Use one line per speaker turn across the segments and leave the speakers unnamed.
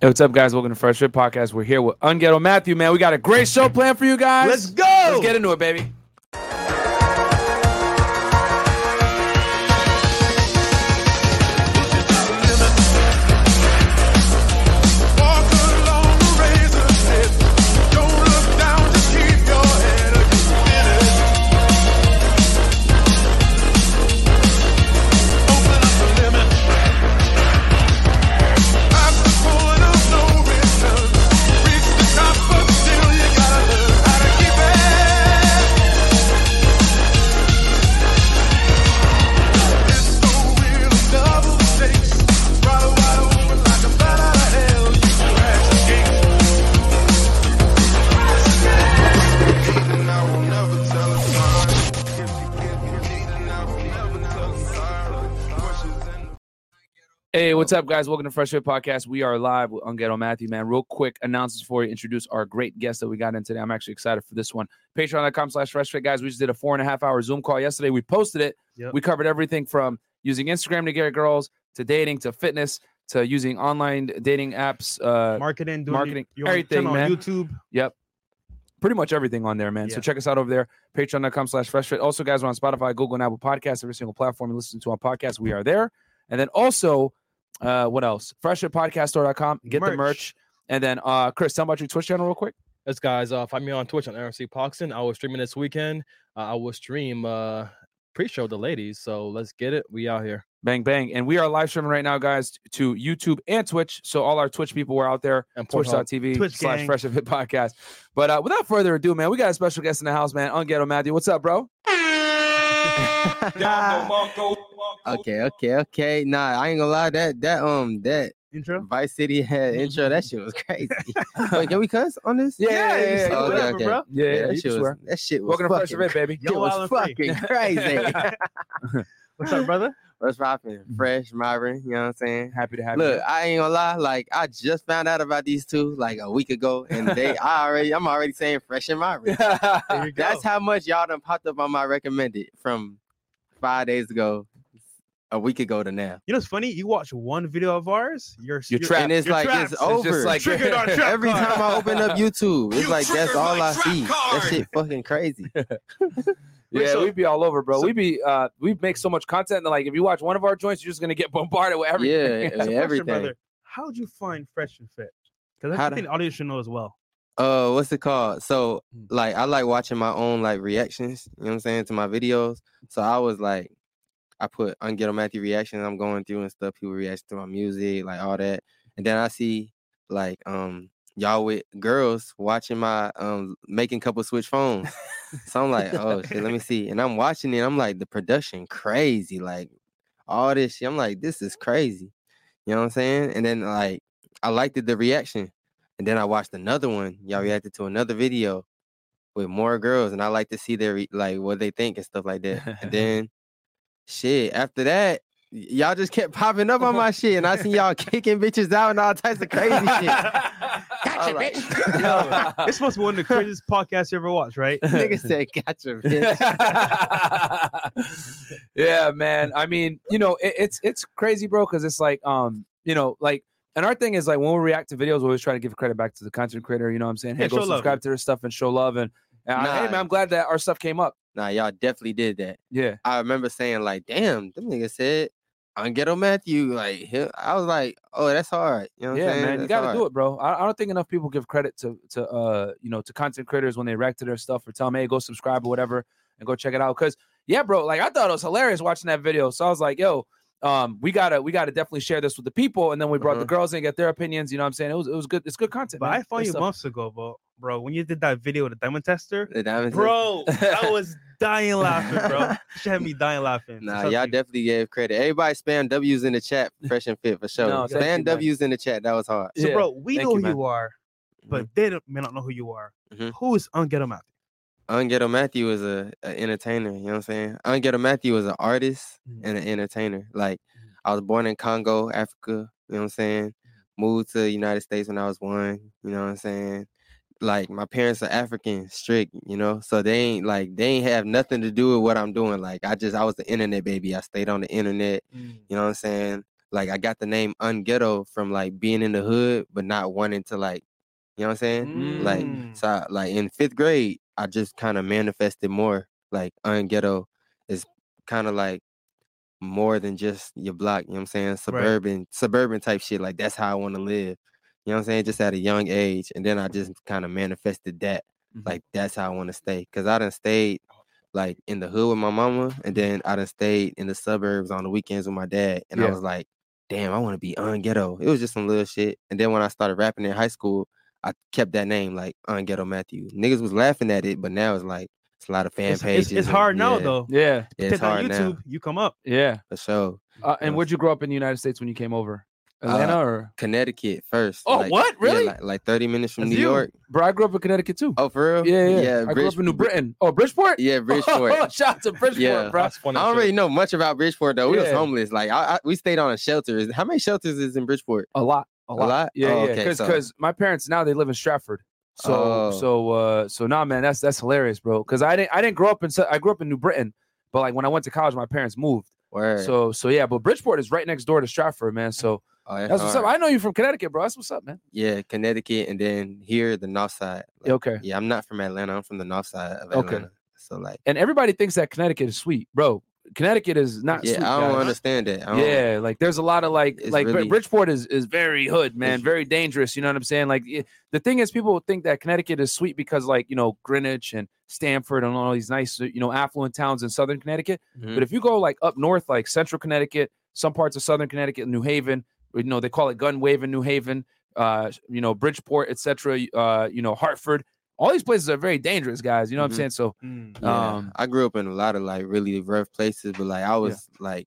Hey, what's up, guys? Welcome to Fresh Fit Podcast. We're here with Unghetto Matthew, man. We got a great show planned for you guys.
Let's go!
Let's get into it, baby. Hey, what's up, guys? Welcome to Fresh Fit Podcast. We are live with Unghetto Matthew, man. Real quick announcements for you. Introduce our great guest that we got in today. I'm actually excited for this one. Patreon.com slash Fresh Fit, guys. We just did a four and a half hour Zoom call yesterday. We posted it.
Yep.
We covered everything from using Instagram to get girls, to dating, to fitness, to using online dating apps, uh,
marketing, doing
Marketing,
your, your own
everything,
channel
man.
on YouTube.
pretty much everything on there, man. So
Yeah.
check us out over there, patreon.com slash fresh fit. Also, guys, we're on Spotify, Google, and Apple Podcasts, every single platform you listen to on podcasts. We are there. And then also, uh, what else? Freshfitpodcaststore.com, get the
Merch.
merch. And then uh Chris, tell 'em about your Twitch channel real quick.
Yes, guys. Uh, find me on Twitch on RMC Poxton. I was streaming this weekend. Uh, I will stream uh, pre-show the ladies. So let's get it. We out here.
Bang bang. And we are live streaming right now, guys, to YouTube and Twitch. So all our Twitch people were out there.
And Pornhub.
Twitch.tv
Twitch
slash
gang.
fresh fit podcast. But uh without further ado, man, we got a special guest in the house, man. Unghetto Matthew. What's up, bro?
Okay, okay, okay. Nah, I ain't gonna lie. That that um that
Intro.
Vice City had intro. That shit was crazy. Wait, can we cuss on this?
Mm-hmm. Yeah, yeah, yeah, yeah,
Okay,
whatever,
okay.
bro.
Yeah,
that,
you
shit was,
swear.
that shit was
Welcome to Fresh
fucking,
Fit, baby.
It
Yo,
was
Island Free.
fucking crazy.
What's up, brother?
What's poppin'? Fresh, Marvin. You know what I'm saying?
Happy to have you.
Look, I ain't gonna lie. Like I just found out about these two like a week ago, and they, I already, I'm already saying fresh and Marvin.
There you
That's
go.
how much y'all done popped up on my recommended from five days ago, a week ago to now.
You know, it's funny. You watch one video of ours, you're
You're
you're-
trapped.
and it's
you're
like
trapped.
it's
It's
over.
It's just like
Triggered on trap
Every
card.
time I open up YouTube, it's
You
like that's
triggered
all
my
I
trap
see. That
card.
shit fucking crazy.
Wait,
Yeah,
so-
we'd be all over, bro.
so-
we'd be uh we make so much content that like if you watch one of our joints, you're just gonna get bombarded with everything.
Yeah,
So, question,
everything.
brother, how'd you find Fresh and Fit? Because that's
How'd
something the audience should know as well.
Uh, what's it called? So
Hmm.
like I like watching my own like reactions. You know what I'm saying to my videos. So I was like, I put Unghetto Matthew reactions. I'm going through and stuff. People react to my music, like all that. And then I see like um y'all with girls watching my um making couple switch phones. so I'm like, oh shit, let me see. And I'm watching it. I'm like, the production crazy. Like all this shit. I'm like, this is crazy. You know what I'm saying? And then like I liked it, the reaction. And then I watched another one. Y'all reacted to another video with more girls, and I like to see their re- like what they think and stuff like that. And then, shit, after that, y- y'all just kept popping up on my shit, and I seen y'all kicking bitches out and all types of crazy shit. Gotcha, bitch.
This must be one of the craziest podcasts you ever watched, right?
Nigga said, "Gotcha, bitch."
yeah, man. I mean, you know, it, it's it's crazy, bro, because it's like, um, you know, like, and our thing is like when we react to videos, we always try to give credit back to the content creator. You know what I'm saying? Hey,
Yeah,
go
show love.
subscribe to their stuff and show love. And, and I- hey,
Nah.
man, I'm glad that our stuff came up.
Nah, y'all definitely did that.
Yeah,
I remember saying like, "Damn, them nigga said." On Ghetto Matthew, like he- I was like, oh, that's hard. You know what
yeah,
I'm saying?
man, you gotta do it, bro. I, I don't think enough people give credit to to uh you know to content creators when they react to their stuff or tell them hey go subscribe or whatever and go check it out. Cause yeah, bro, like I thought it was hilarious watching that video. So I was like, yo, um, we gotta we gotta definitely share this with the people. And then we brought the
Uh-huh.
girls in, get their opinions. You know what I'm saying? It was it was good. It's good content.
But
man.
I found
Good
you
stuff.
months ago, bro. Bro, when you did that video with the diamond tester,
The diamond test.
bro, I was dying laughing, bro. She had me dying laughing.
Nah,
Trust
y'all
me.
definitely gave credit. Everybody spam W's in the chat, fresh and fit for sure.
No, thank you, man.
spam W's in the chat. That was hard.
So,
Yeah,
bro, we
thank
know
you,
who
man.
you are,
Mm-hmm.
but they don't, may not know who you are.
Mhm.
Who is Unghetto Matthew?
Unghetto Matthew is a, a entertainer. You know what I'm saying? Unghetto Matthew is an artist
Mhm.
and an entertainer. Like I was born in Congo, Africa. You know what I'm saying? Moved to the United States when I was one. You know what I'm saying? Like my parents are African, strict. You know, so they ain't like they ain't have Mm. nothing to do with what I'm doing. Like I just I was the internet baby. I stayed on the internet. You know what I'm saying? like I got the name Unghetto from like being in the hood, but not wanting to like, you know what I'm saying?
Mm.
Like, so I, like in fifth grade, I just kind of manifested more. Like Unghetto is kind of like more than just your block. You know what I'm saying? Suburban, suburban type shit. Like that's how I want to live. You know what I'm saying? Just at a young age, and then I just kind of manifested that.
Mhm.
Like that's how I want to stay. Cause I done stayed like in the hood with my mama, and then I done stayed in the suburbs on the weekends with my dad. And I
Yeah.
was like, damn, I want to be unghetto. It was just some little shit. And then when I started rapping in high school, I kept that name like Unghetto Matthew. Niggas was laughing at it, but now it's like it's a lot of fan
It's, it's,
pages.
it's
and-
hard now
yeah,
though.
yeah,
yeah, it's
Because on
hard
YouTube,
now
you come up.
yeah.
for sure.
Uh, and
Yeah.
where'd you grow up in the United States when you came over?
Uh,
Atlanta or?
Connecticut first.
Oh,
like-
what?
yeah,
Really?
like, like 30 minutes from
That's
New
you.
York.
Bro, I grew up in Connecticut too.
Oh, for real?
yeah, yeah. I grew
Bridge-
up in New Britain. Oh, Bridgeport.
Yeah, Bridgeport. I
Shout out to Bridgeport,
Yeah.
bro.
That's funny.
don't
shit.
really know much about Bridgeport though. We was
Yeah.
homeless. Like I, I, we stayed on a shelter. Is- How many shelters is in Bridgeport?
A lot, a
A
lot.
lot?
Yeah,
Oh,
yeah.
okay,
Because
so-
my parents now they live in Stratford. So
Oh.
so uh so nah, man, that's that's hilarious, bro. Because I didn't I didn't grow up in Su- I grew up in New Britain, but like when I went to college, my parents moved.
Word.
So so yeah, but Bridgeport is right next door to Stratford, man. So
Oh, that's
that's what's up.
hard.
I know you from Connecticut, bro. That's what's up, man.
Yeah, Connecticut, and then here the North Side. Like,
Yeah, okay.
Yeah, I'm not from Atlanta. I'm from the North Side of
Okay.
Atlanta. So like,
And everybody thinks that Connecticut is sweet, bro. Connecticut is not.
yeah,
sweet,
I don't
guys.
understand that. I don't,
Yeah, like there's a lot of like
It's
like Bri-
really-
Bridgeport is is very hood, man,
It's-
very dangerous. You know what I'm saying? Like it- the thing is, people think that Connecticut is sweet because like you know Greenwich and Stamford and all these nice you know affluent towns in southern Connecticut. But
Mhm.
if you go like up north, like central Connecticut, some parts of southern Connecticut, New Haven, you know they call it Gun Wave in New Haven, uh, you know Bridgeport, etc. Uh, you know Hartford. All these places are very dangerous, guys. You know what
Mhm.
I'm saying? So
Yeah,
Um,
I grew up in a lot of like really rough places, but like I was like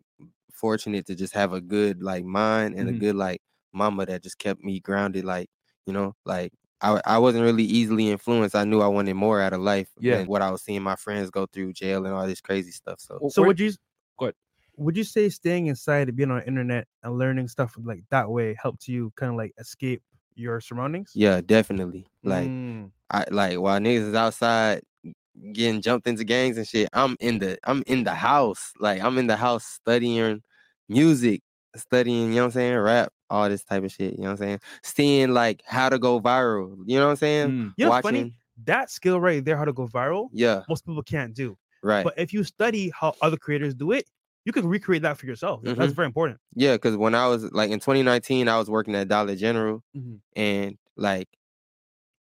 fortunate to just have a good like mind and
Mhm.
a good like mama that just kept me grounded. Like you know, like I I wasn't really easily influenced. I knew I wanted more out of life
Yeah.
than what I was seeing my friends go through jail and all this crazy stuff. So
So
where-
would you?
Go ahead.
Would you say staying inside and being on the internet and learning stuff like that way helped you kind of like escape your surroundings?
yeah, definitely. Like
Mm.
I like while niggas is outside getting jumped into gangs and shit, I'm in the I'm in the house. Like I'm in the house studying music, studying, you know what I'm saying, rap, all this type of shit. You know what I'm saying? Seeing like how to go viral. You know what I'm saying?
Mm,
you know, what's funny that skill right there, how to go viral,
Yeah,
most people can't do.
right.
But if you study how other creators do it, you can recreate that for yourself. That-
Mm-hmm.
That's very important.
Yeah, because when I was like in 2019, I was working at Dollar General
Mhm.
and like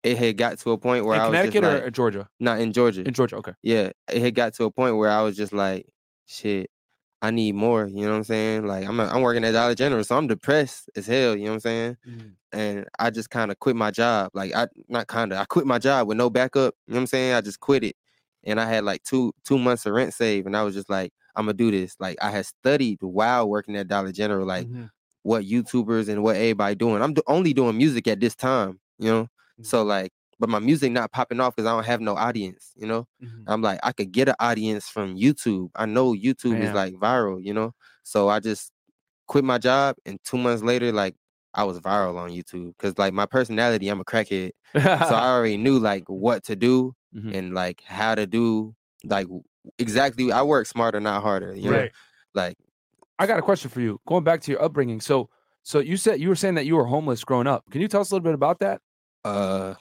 it had got to a point where
in
I was just
Connecticut or
like,
Georgia?
not in Georgia.
In Georgia, okay.
yeah, it had got to a point where I was just like, shit, I need more. You know what I'm saying? Like I'm a, I'm working at Dollar General, so I'm depressed as hell. You know what I'm saying? And I just kind of quit my job. Like I not kind of, I quit my job with no backup. You know what I'm saying? I just quit it, and I had like two two months of rent saved, and I was just like, I'm gonna do this. Like I had studied while working at Dollar General, like what YouTubers and what everybody doing. I'm do- only doing music at this time, you know. So like, but my music not popping off because I don't have no audience, you know.
Mm-hmm.
I'm like, I could get an audience from YouTube. I know YouTube is
Damn.
like viral, you know. So I just quit my job, and two months later, like I was viral on YouTube because like my personality, I'm a crackhead, so I already knew like what to do
Mhm.
and like how to do like w- exactly. I work smarter, not harder. You know,
Right.
like
I got a question for you. Going back to your upbringing, so so you said you were saying that you were homeless growing up. Can you tell us a little bit about that?
uh,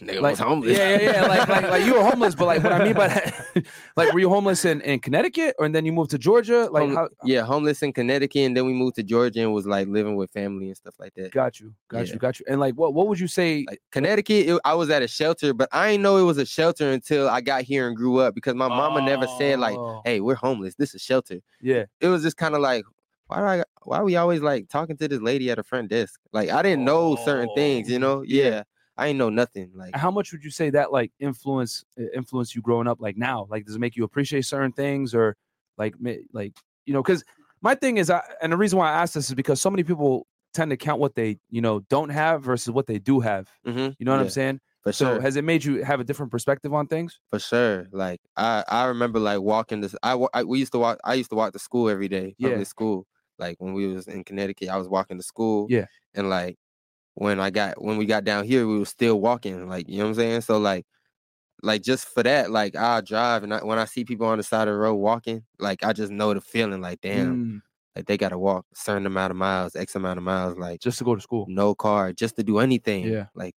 nigga
Like-
was homeless.
Yeah, yeah, yeah. Like, like, like you were homeless, but like what I mean by that, like were you homeless in, in Connecticut, or and then you moved to Georgia? Like,
Home-
how?
yeah, homeless in Connecticut, and then we moved to Georgia and was like living with family and stuff like that.
Got you, got
Yeah.
you, got you. And like, what what would you say?
like Connecticut, it, I was at a shelter, but I didn't know it was a shelter until I got here and grew up because my mama never said like,
Oh,
"Hey, we're homeless. This is shelter."
yeah,
It was just kind of like, why do I, why we always like talking to this lady at the front desk? Like I didn't know certain things,
Oh,
you know? Yeah, I ain't know nothing. Like
how much would you say that like influence uh, influence you growing up? Like now, like does it make you appreciate certain things, or like ma- like you know? Because my thing is, I and the reason why I ask this is because so many people tend to count what they you know don't have versus what they do have.
mhm,
You know what I'm
Yeah.
saying?
for
So
sure,
has it made you have a different perspective on things?
for sure. Like I, I remember like walking this. I, wa- I we used to walk. I used to walk to school every day.
Yeah.
Public school. Like when we was in Connecticut, I was walking to school.
Yeah.
and like when I got when we got down here, we were still walking. Like you know what I'm saying. So like, like just for that, like I drive and I, when I see people on the side of the road walking, like I just know the feeling. Like damn,
Mm,
Like they gotta walk a certain amount of miles, X amount of miles, like
just to go to school.
no car, just to do anything.
Yeah.
Like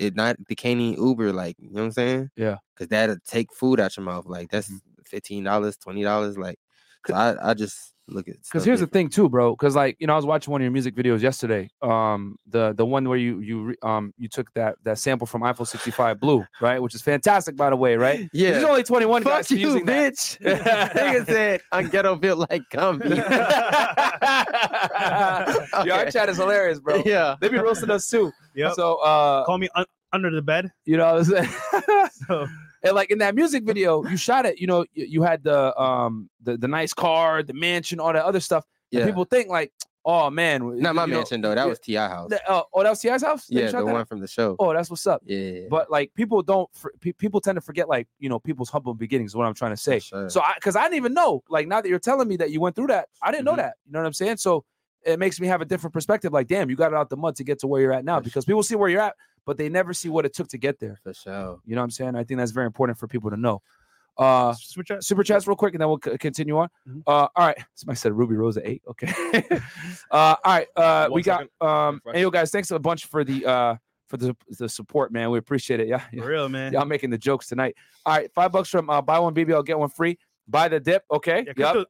it not they can't even Uber, like, you know what I'm saying?
Yeah. Mm-hmm.
Cause that'll take food out your mouth. Like that's fifteen dollars, twenty dollars. Like so I, I just look at
Because
stuff
here's the
different.
thing too, bro. Because like you know, I was watching one of your music videos yesterday. Um, the the one where you you re- um you took that that sample from iPhone 65 Blue, right? Which is fantastic, by the way, right? There's
Yeah.
only 21 guys
Fuck
for
you,
using that.
bitch. Nigga said I ghetto built like gummy.
Yo, our
Okay.
chat is hilarious, bro.
Yeah.
They be roasting us too.
Yep.
So, uh,
Call me un- under the bed.
you know, what I'm saying?
So
and like in that music video, you shot it. You know, you, you had the um the, the nice car, the mansion, all that other stuff. And
Yeah.
people think like, oh man,
Not my
you know,
mansion though. That
yeah.
was Ti house.
that- oh, oh, that was Ti's house. They
yeah,
shot
the
that?
one from the show.
Oh, that's what's up.
yeah.
But like people don't, for, pe- people tend to forget like you know people's humble beginnings. Is what I'm trying to say.
sure.
So I, because I didn't even know. Like now that you're telling me that you went through that, I didn't know
Mhm.
that. You know what I'm saying? So it makes me have a different perspective. Like, damn, you got it out the mud to get to where you're at now.
For sure.
Because people see where you're at, but they never see what it took to get there.
for sure.
You know what I'm saying? I think that's very important for people to know. Uh,
switch out.
super chats real quick, and then we'll c- continue on.
Mhm.
Uh, all right, somebody said Ruby Rose at eight. Okay. uh, all right, uh,
One
we got
second.
um.
Refresh.
Hey, yo, guys, thanks a bunch for the uh for the the support, man. We appreciate it. Yeah, yeah.
For real, man.
Y'all making the jokes tonight. All right, five bucks from uh, buy one BBL, get one free. Buy the dip. Okay.
Yeah,
Yup.
crypto,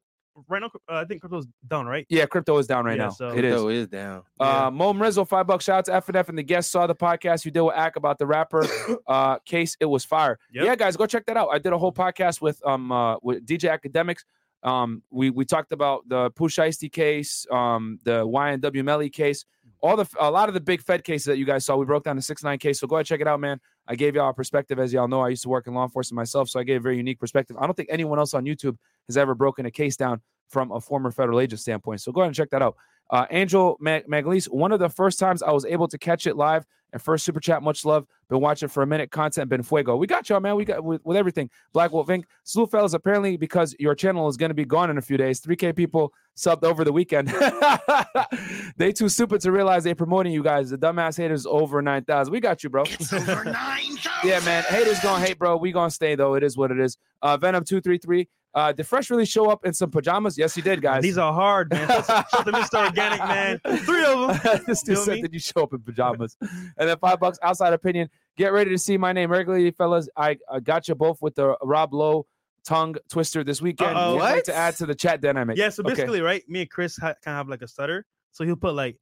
Right now, uh, I think crypto's down, right?
Yeah, crypto is down right
Yeah,
now.
so-
it is.
Crypto is down.
Uh, Mo Rizzo, five bucks. Shout out to FNF and the guests. Saw the podcast you did with Ack about the rapper uh, case. It was fire.
Yep.
Yeah, guys, go check that out. I did a whole podcast with um uh, with DJ Academics. Um, we we talked about the Push Icy case, um, the YNW Melly case, all the a lot of the big Fed cases that you guys saw. We broke down the six nine case. So go ahead check it out, man. I gave y'all a perspective, as y'all know. I used to work in law enforcement myself, so I gave a very unique perspective. I don't think anyone else on YouTube has ever broken a case down from a former federal agent standpoint. So go ahead and check that out. Uh, Angel Mag- Magalese, one of the first times I was able to catch it live and first super chat, much love. Been watching for a minute. Content been fuego. We got y'all, man. We got with, with everything. Black Wolf Inc. Slew fellas, apparently because your channel is going to be gone in a few days. 3K people subbed over the weekend. they too stupid to realize they promoting you guys. The dumbass haters over 9,000. We got you, bro. yeah, man. Haters gonna hate, bro. We gonna stay though. It is what it is. Uh, Venom two three three. Uh, did Fresh really show up in some pajamas? Yes, he did, guys.
These are hard, man. Shout out to Mr. Organic, man. Three of them.
this dude
Feel
said
me?
that you show up in pajamas. and then five bucks outside opinion. Get ready to see my name regularly, fellas. I, I got you both with the Rob Lowe tongue twister this weekend.
Uh-oh.
Can't wait To
What?
add to the chat dynamic.
Yeah, so
Okay.
basically, right, me and Chris ha- kind of have like a stutter. So he'll put like,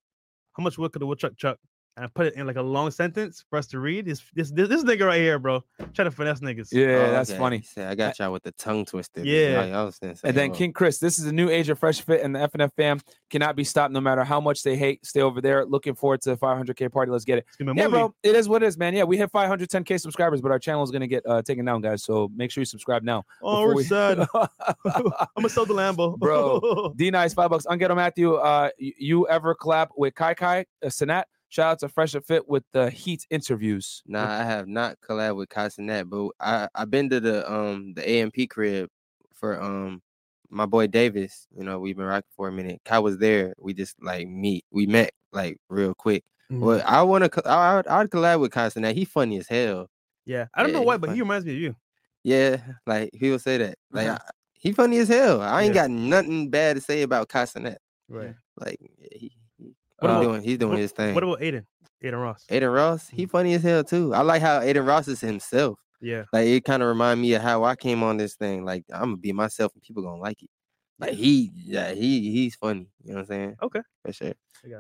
how much wood could a woodchuck chuck? And I put it in like a long sentence for us to read. This this this, this nigga right here, bro. Try to finesse niggas.
Yeah,
Oh,
that's
okay.
funny.
He said, I got y'all with the tongue twisted.
Yeah.
Like, I was gonna say,
And then
oh,
King Chris, this is a new age of Fresh Fit, and the FNF fam cannot be stopped no matter how much they hate. Stay over there. Looking forward to the 500K party. Let's get it.
It's gonna be a
Yeah,
movie.
bro. It is what it is, man. Yeah, we hit 510K subscribers, but our channel is going to get uh, taken down, guys. So make sure you subscribe now.
Oh,
before
we're
we-
sad. I'm gonna sell the Lambo,
Bro. D Nice, five bucks. Unghetto Matthew, uh, y- you ever collab with Kai Kai uh, Sinat? Shout out to Fresh and Fit with the Heat interviews.
Nah, I have not collabed with Casanet, but I I've been to the um the AMP crib for um my boy Davis. You know, we've been rocking for a minute. Kai was there. We just like meet. We met like real quick.
Mm-hmm.
Well, I want to. I I'd, I'd collab with Casanet. He funny as hell.
yeah, I don't know
Yeah,
why,
he's
but he
funny.
reminds me of you.
Yeah, like he will say that. Like
Mhm.
I, he funny as hell. I ain't
Mm-hmm. Yeah.
got nothing bad to say about Casanet.
Right.
Like he, he
What
he
about-
doing, he's doing his thing.
What about Mm-hmm. Aiden? Aiden Ross.
Aiden Ross, he funny as hell too. I like how Aiden Ross is himself.
Yeah.
Like it kind of remind me of how I came on this thing. Like I'm gonna be myself and people gonna like it. Like he, yeah, he he's funny. You know what I'm saying?
Okay.
For sure.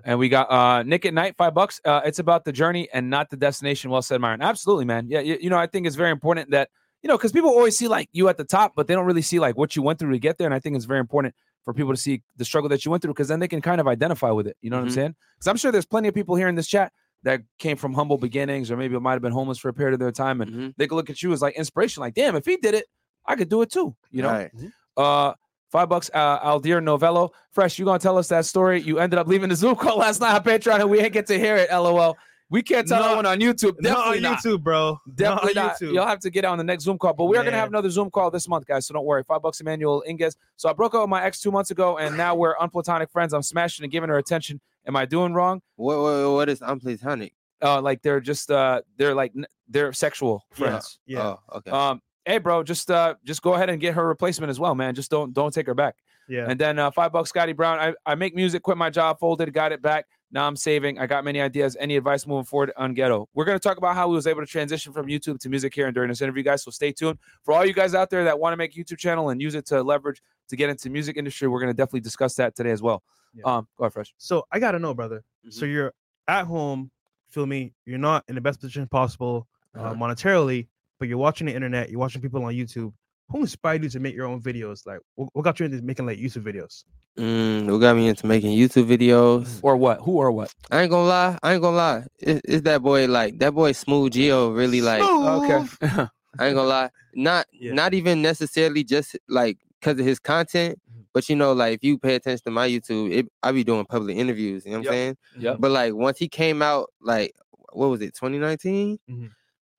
And we got uh, Nick at Night, five bucks. Uh, it's about the journey and not the destination. Well said, Myron. Absolutely, man. Yeah, you, you know, I think it's very important that, you know, because people always see like you at the top, but they don't really see like what you went through to get there. And I think it's very important for people to see the struggle that you went through because then they can kind of identify with it. You know what I'm
Mhm.
saying? Because I'm sure there's plenty of people here in this chat that came from humble beginnings or maybe might have been homeless for a period of their time. And
Mm-hmm.
Mhm.
they could look at you as like inspiration, like, damn, if he did it, I could do it too. You know?
Right.
Uh five bucks, uh Aldir Novello. Fresh, you gonna tell us that story. You ended up leaving the Zoom call last night on Patreon and we ain't get to hear it. LOL. We can't tell
No.
that one on YouTube.
not on
Definitely not.
YouTube, bro.
Definitely
not on
not.
YouTube.
You'll have to get on the next Zoom call, but we are going to have
Man.
another Zoom call this month, guys. So don't worry. Five bucks, Emmanuel Inges. So I broke up with my ex two months ago, and now we're unplatonic friends. I'm smashing and giving her attention. Am I doing wrong?
What what, what is unplatonic?
Uh, like they're just uh, they're like n- they're sexual friends.
Yeah.
Oh, okay.
uh, Um, hey, bro, just uh, just go ahead and get her replacement as well, man. Just don't don't take her back.
Yeah.
And then uh, five bucks, Scotty Brown. I, I make music, quit my job, folded, got it back. Now I'm saving. I got many ideas. Any advice moving forward on Ghetto? We're going to talk about how we was able to transition from YouTube to music here and during this interview, guys. So stay tuned. For all you guys out there that want to make a YouTube channel and use it to leverage to get into music industry, we're going to definitely discuss that today as well.
Yeah.
Um, go ahead, Fresh.
So I gotta know, brother.
Mm-hmm.
So you're at home, feel me? You're not in the best position possible uh,
Uh-huh.
monetarily, but you're watching the internet. You're watching people on YouTube. Who inspired you to make your own videos? Like, what, what got you into making like YouTube videos?
Mm, what got me into making YouTube videos?
Or what? Who or what?
I ain't gonna lie. I ain't gonna lie. It, it's that boy like that boy Smooth Geo really like.
Okay.
Smooth.
I ain't gonna lie. Not
Yeah.
not even necessarily just like because of his content, but you know, like if you pay attention to my YouTube, it, I be doing public interviews. You know what
Yep.
I'm saying?
Yep.
But like once he came out, like what was it, 2019?
Mhm.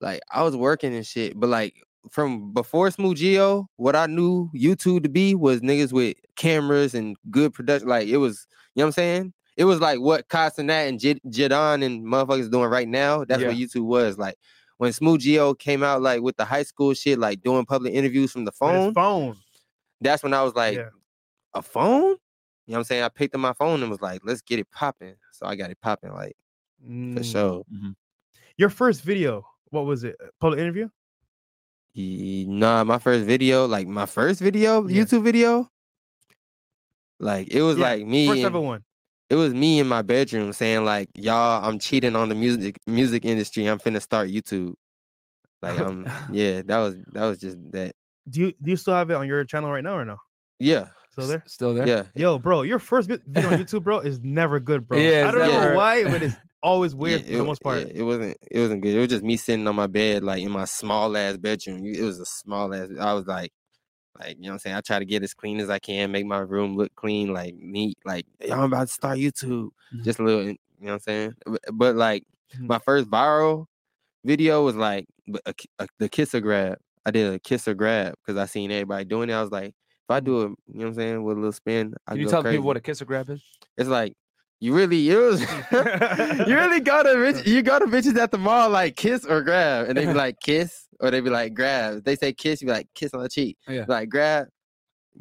Like I was working and shit, but like from before Smooth Geo, what I knew YouTube to be was niggas with cameras and good production. Like it was, you know what I'm saying? It was like what Casanat and Jid- Jidon and motherfuckers doing right now. That's what YouTube was like. When Smooth Geo came out, like with the high school shit, like doing public interviews from the
With his
phone,
phone.
that's when I was like,
Yeah.
a phone? You know what I'm saying? I picked up my phone and was like, let's get it popping. So I got it popping, like for
Mm.
sure.
Your first video, what was it? A Public interview?
Ye- Nah, my first video, like my first video,
Yeah.
YouTube video, like it was
Yeah,
like me.
First
and-
ever one.
it was me in my bedroom saying like, "Y'all, I'm cheating on the music music industry. I'm finna start YouTube." Like, um, yeah, that was that was just that.
Do you do you still have it on your channel right now or no?
Yeah,
Still there?
Still there?
yeah.
Yo, bro, your first vi- video on YouTube, bro, is never good, bro.
Yeah,
I
it's
don't know
never-
why, but it's always weird
yeah,
for the most part.
yeah, it wasn't. It wasn't good. It was just me sitting on my bed, like in my small ass bedroom. You- It was a small ass. I was like, like you know, what I'm saying. I try to get as clean as I can, make my room look clean, like neat. Like "Yo, I'm about to start YouTube.
Mhm.
Just a little. You know what I'm saying. But, but, like
Mm-hmm.
Mhm.
my first viral video was like b- a ki- a- the kiss or grab. I did a kiss or grab because I seen everybody doing it. I was like, if I do it, you know what I'm saying, with a little spin, I
Can you
go
tell the
crazy.
people what a Mm. kiss or grab is?
It's like you really it was you really go to rich, you go to bitches at the mall like kiss or grab, and they be like kiss or they be like grab. If they say kiss, you be like kiss on the cheek,
Yeah.
like grab,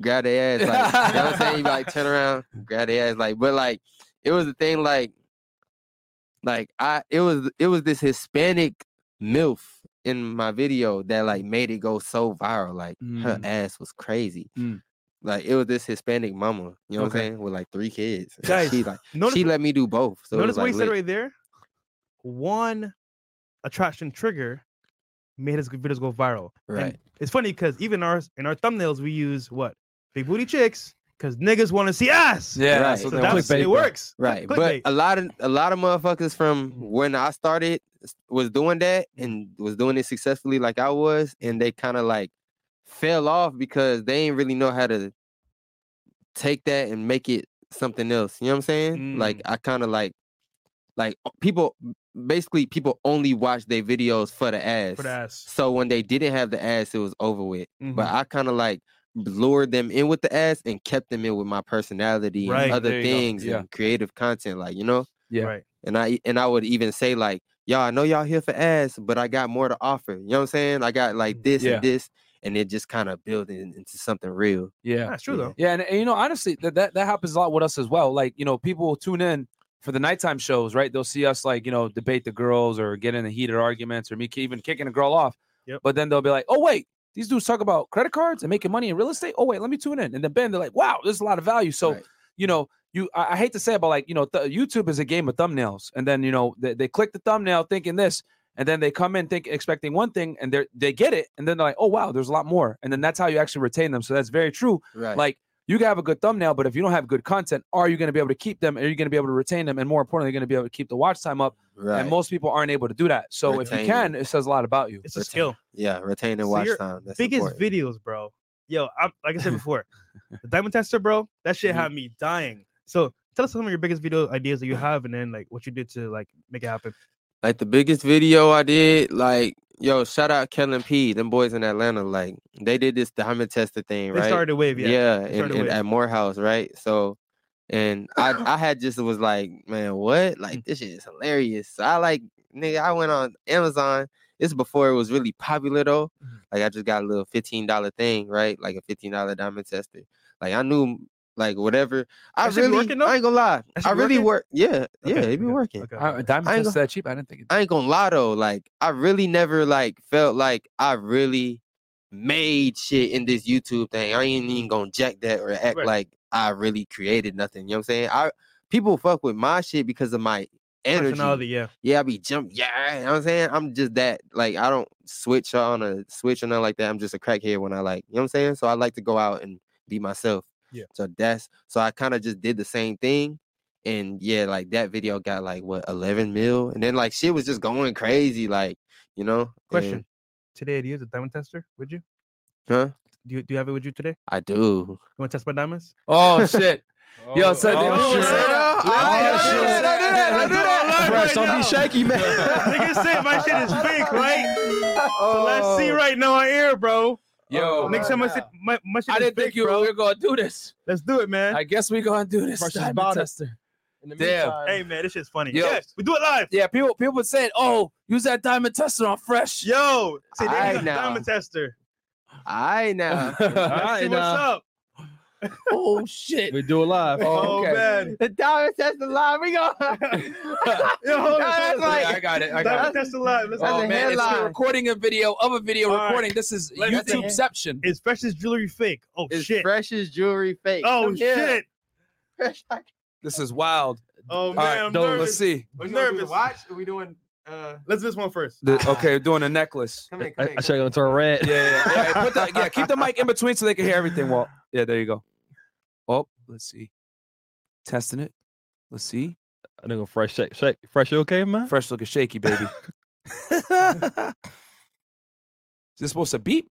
grab their ass. Like, you know what I'm saying? You be like turn around, grab their ass. Like, but like it was a thing like like I it was it was this Hispanic milf in my video that like made it go so viral. Like her
Mm.
ass was crazy.
Mm.
Like it was this Hispanic mama, you know what I'm
Okay.
saying, with like three kids. and
Guys,
she like
notice,
she let me do both. So it
notice
was,
what
like,
he said
lit.
right there. One attraction trigger made his videos go viral. And
Right.
it's funny because even our in our thumbnails we use what big booty chicks because niggas want to see ass.
Yeah,
Right.
that's
so
what they
that's,
want.
it works.
Right,
Clickbait.
but a lot of a lot of motherfuckers from when I started s- was doing that and was doing it successfully, like I was, and they kind of like fell off because they ain't really know how to take that and make it something else. You know what I'm saying? Like I kind of like like o- people basically people only watch their videos for the ass.
for the ass.
So when they didn't have the ass, it was over with. But
Mhm.
I kind of like lured them in with the ass and kept them in with my personality
Right,
and
there
other
you go,
things
yeah.
and creative content, like you know.
yeah.
right.
And I and I would even say like, y'all, I know y'all here for ass, but I got more to offer. You know what I'm saying? I got like this
Yeah.
and this, and it just kind of built in- into something real.
Yeah.
That's true
Yeah.
though.
Yeah, and, and, you know, honestly, that, that that happens a lot with us as well. Like, you know, people will tune in for the nighttime shows, right? They'll see us like, you know, debate the girls or get into heated arguments or me ki- even kicking a girl off.
Yep.
But then they'll be like, oh wait, these dudes talk about credit cards and making money in real estate. Oh wait, let me tune in. And then bam, they're like, wow, there's a lot of value. So
Right.
you know, you I, I hate to say it, but like, you know, th- YouTube is a game of thumbnails, and then you know they, they click the thumbnail thinking this. And then they come in think expecting one thing, and they are they get it, and then they're like, "Oh wow, there's a lot more." And then that's how you actually retain them. So that's very true.
Right.
Like you can have a good thumbnail, but if you don't have good content, are you going to be able to keep them? Are you going to be able to retain them? And more importantly, going to be able to keep the watch time up.
right.
And most people aren't able to do that. So if you
Retain
can, it says a lot about you.
It's a
Retain-
skill.
yeah, retaining
So
watch
your
time. That's
biggest
important.
videos, bro. Yo, I, like I said before, the diamond tester, bro. That shit
Mhm.
had me dying. So tell us some of your biggest video ideas that you have, and then like what you did to like make it happen.
Like the biggest video I did, like yo, shout out Kellen P. Them boys in Atlanta, like they did this diamond tester thing,
They
right?
started a wave, yeah.
yeah,
They
and,
started
and
with-
at Morehouse, right? So, and I I had just was like, man, what?
Mm.
Like this shit is hilarious. So I like, nigga, I went on Amazon. This before it was really popular though.
Mm-hmm.
Like I just got a little fifteen dollar thing, right? Like a fifteen dollar diamond tester. Like I knew Like whatever. I
That shit be
really
working, though?
I ain't gonna lie.
That shit
I
be
really
working?
work. Yeah, yeah,
Okay,
it be
okay,
working.
okay,
I, uh,
okay.
I ain't
diamond
gonna-
just that cheap. I didn't think it.
I ain't gonna lie though. Like I really never like felt like I really made shit in this YouTube thing. I ain't even gonna jack that or act
Right.
like I really created nothing. You know what I'm saying? I people fuck with my shit because of my energy.
Personality, yeah.
Yeah, I be jump. Yeah, you know what I'm saying? I'm just that. Like I don't switch on a switch or nothing like that. I'm just a crackhead when I like. You know what I'm saying? So I like to go out and be myself.
Yeah.
So that's so I kind of just did the same thing. And yeah, like that video got like what 11 mil, and then like shit was just going crazy, like you know.
Question.
and-
Today, do you use a diamond tester? Would you?
huh?
Do you, do you have it with you today? You
I do.
want to test my diamonds?
Oh shit! Yo, so
oh,
oh, shit.
shit. I-
Oh,
I do
shit.
that, I do that, I do that.
Bruh,
Right
don't
now.
be shaky, man.
Nigga said my shit is fake, right? So let's see right now on air, bro.
Yo,
Next time I said my, my shit
I
is
didn't
fake,
think you
bro.
were gonna do this.
Let's do it, man.
I guess we gonna do this.
Versus
diamond
bottom.
tester.
In the
Damn.
meantime-
hey, man, this shit's funny.
Yo.
Yeah, we do it live.
Yeah, people people been saying, "Oh, use that diamond tester on fresh."
Yo, today
Aight
is a
now.
diamond tester. Oh
I now.
Let's
Aight
see what's
now.
up.
oh shit!
We do it live.
Oh,
Oh,
okay.
man.
the diamond test alive. We go.
Yo, hold on,
Nah, that's
hold on.
like-
yeah, I got it. I got
Diamond
it.
tester live. Let's
That's
Oh
a
man, it's the
headline.
recording a video of a video
All right.
recording. This is
Let's
see.
YouTubeception.
Is Fresh's jewelry fake? Oh,
It's
shit.
freshest jewelry fake.
Oh,
Yeah.
shit.
Fresh
This is wild.
Oh, man,
All right,
I'm
though,
nervous.
let's see.
I'm nervous.
Watch? Are we doing? Uh,
Let's do this one first.
The- okay, doing a necklace.
come here, come
I,
here.
I show you gonna turn red.
Yeah, yeah, yeah. Put the- yeah, keep the mic in between so they can hear everything. Walt. Yeah, there you go. Oh, let's see. Testing it. Let's see.
I think fresh shake, shake, fresh. You okay, man?
Fresh looking shaky, baby. Is this supposed to beep?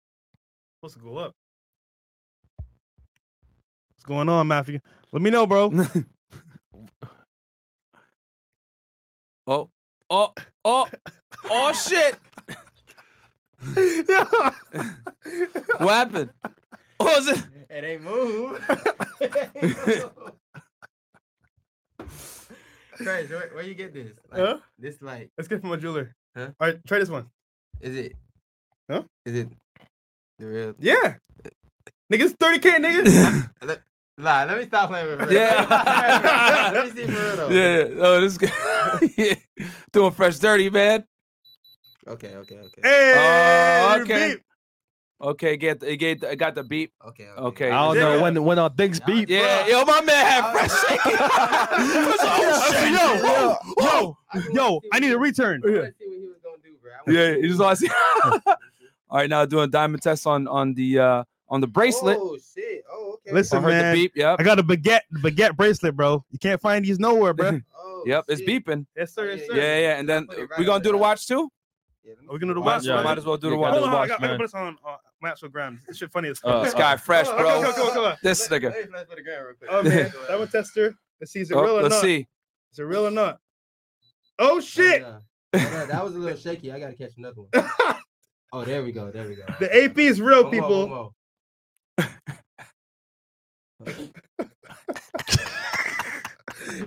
supposed to go up. What's going on, Matthew? Let me know, bro.
oh, oh, oh, oh, shit. what happened? Oh, is it?
It ain't move. It ain't move. Craig, where, where you get this? Like,
Huh?
This like,
Let's get from a jeweler.
Huh?
All right, try this one.
is it?
Huh?
Is it the real?
Yeah. Niggas 30k niggas.
Nah, let me stop playing with. real.
Yeah.
let me see for real though.
Yeah. Oh, this guy yeah. doing fresh dirty, man.
Okay, okay, okay.
hey,
Oh,
you
okay.
beat.
Okay, get the, get the, got the beep.
Okay,
Okay.
I don't
Yeah.
know when when our things
Yeah.
beat.
Yeah,
Bruh.
yo, my man had
Uh,
fresh shaky.
Oh,
oh, shit.
Yo, yo, yo, I need a return.
Yeah.
see what he was gonna do, bro. I wanna
Yeah,
see-
you just want to see. All right, now doing diamond test on on the uh on the bracelet.
Oh shit! Oh okay.
Listen,
I heard
man.
the beep. Yep.
I got a baguette baguette bracelet, bro. You can't find these nowhere, bro.
Oh,
Yep, it's
shit.
beeping.
yes,
sir, yes,
Yeah,
sir.
yeah, yeah. and then
Put it right
we gonna
under
do the
that.
watch too.
Yeah, let me
Are we gonna
see
do the
what
Might,
I
watch?
as
got.
well,
Yeah.
might as well do the
You
watch.
gotta
Hold on, I
watch,
got, I
man.
gotta put this on uh, Maxwell Graham. This shit funny as
Uh,
fuck.
This guy fresh,
Oh,
bro.
Come on, come on, come on.
This
Let-
nigga.
let me flash for the gram real quick.
Oh man,
Go
that
ahead.
one tester. Let's see, is it real
Oh,
or
let's
not?
see.
Is it real or not? Oh shit!
Hold on. Hold on, That was a little shaky. I gotta catch another one. Oh, there we go. There we go.
The AP is real,
One more,
people.
one more.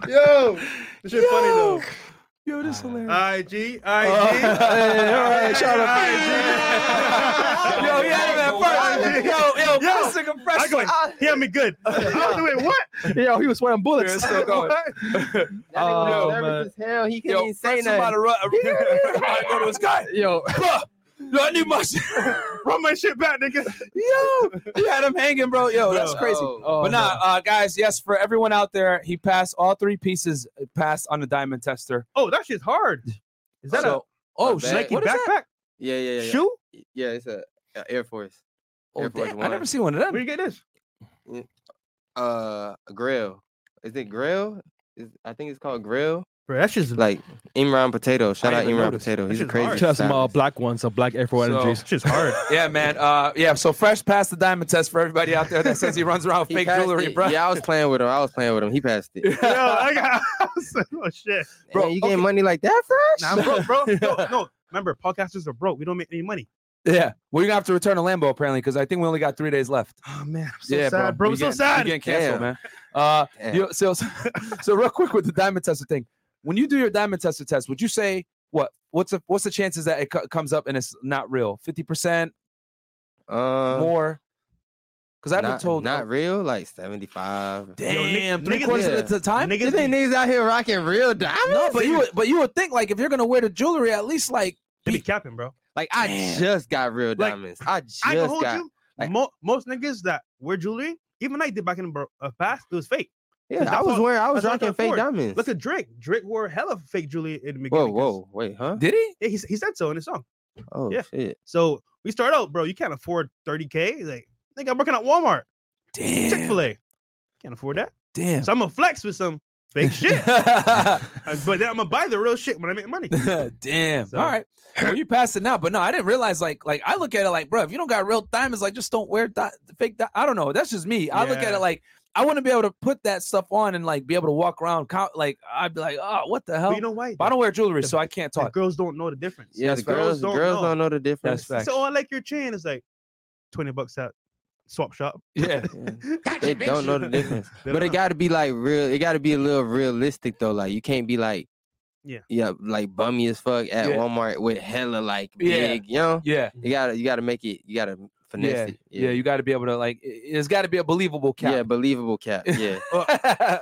Yo, this shit funny though.
Yo, this
Ah.
hilarious.
IG, IG.
Oh, hey, all right, shout out.
IG.
Yo, he had him at first. Yo, yo,
Yo,
this nigga
I
fresh.
go, he had me good. I'm doing what?
Yo, he was sweating bullets.
Still going.
That nigga
Oh,
was nervous
man.
as hell. He couldn't
Yo,
even say
first I'm about
nothing.
to run. I go to this guy.
Yo,
Bruh, yo, I need my shit.
Run my shit back, nigga.
Yo, you had him hanging, bro. Yo, that's
Bro.
crazy.
Oh.
oh,
but nah, uh, guys, yes, for everyone out there, he passed all three pieces. Passed on the diamond tester.
Oh, that shit's hard. Is that
So- oh,
a
shit,
Nike
what is that?
backpack?
Yeah, yeah, yeah, yeah.
Shoe?
Yeah, it's a uh, Air Force.
Oh,
Air Force
damn, I
One.
never seen one of
Where
them.
you get this?
Uh, Grail. Is it Grail? Is, I think it's called Grail.
Bro, that's just
Like Imran Potato. Shout out
even
Imran
noticed.
Potato.
That
He's a
shit's
crazy.
hard.
Just some uh,
stylist.
black ones, some black Afro
So-
energies.
shit's hard.
Yeah, man. Uh, yeah. So fresh passed the diamond test for everybody out there that says he runs around with
He
fake
passed
jewelry,
it.
bro.
Yeah, I was playing with him. I was playing with him. He passed it.
Yo, I got. oh shit.
Bro,
Bro, you getting money like that,
Nah,
fresh?
I'm broke, bro. No, no. Remember, podcasters are broke. We don't make any money.
Yeah, we're gonna have to return a Lambo apparently because I think we only got three days left.
Oh man, I'm so
yeah,
sad,
bro.
bro. I'm
You
so
getting-
sad.
You getting canceled,
Damn.
man? Uh,
Damn.
you- so, so, so real quick with the diamond tester thing. When you do your diamond tester test, would you say what? What's the what's the chances that it Uh, co- comes up and it's not real? Fifty percent
Um,
more? Because I've been
Not-
told
not real, like seventy five.
Damn,
Yo,
three
niggas-
quarters
yeah.
of the time.
Niggas
You think niggas out here rocking real diamonds?
No, but you would, but you would think like if you're gonna wear the jewelry, at least like
They be capping, bro.
like I
Damn.
just got real
Like,
diamonds. I just
I can hold
got
you.
like-
Mo- most niggas that wear jewelry, even I did back in the bro- uh, past, it was fake.
yeah. I
that's
was
all-
wearing I was
that's all I can
rocking fake
afford.
diamonds.
Look at Drake. Drake wore hella fake jewelry in the
whoa
beginning. 'cause-
whoa wait huh?
did he?
Yeah, he, s- he said so in his song.
Oh
Yeah.
shit.
So we start out, bro. You can't afford 30K. Like, nigga, I'm working at Walmart, Chick
Damn,
fil A. Can't afford that.
damn.
So I'm going to flex with some fake shit. Uh, but then I'm gonna buy the real shit when I make money.
Damn.
So-
All right. Well, you passed it now, but no, I didn't realize. Like, like I look at it like, bro, if you don't got real diamonds, like, just don't wear di- fake. Di- I don't know. That's just me. I look at
Yeah.
it like I want to be able to put that stuff on and like be able to walk around. Count, like, I'd be like, oh, what the hell?
But you know why?
But I don't wear jewelry,
the-
so I can't
The
talk.
girls don't know the difference.
Yeah,
That's
the
facts.
Girls
girls
don't
girls
know.
don't know the difference.
That's facts.
So I like your chain. It's like twenty bucks at swap shop.
Yeah.
Yeah. They don't know the difference. but it
got
got to be like real. It got to be a little realistic though. Like you can't be like,
Yeah.
yeah, like bummy as fuck at
Yeah.
Walmart with hella like
Yeah.
big. You know,
Yeah.
you gotta you gotta make it. You gotta finesse
Yeah.
it.
Yeah. You got to be able to like. it- It's got to be a believable
yeah,
cap.
believable cap. Yeah,
Yeah.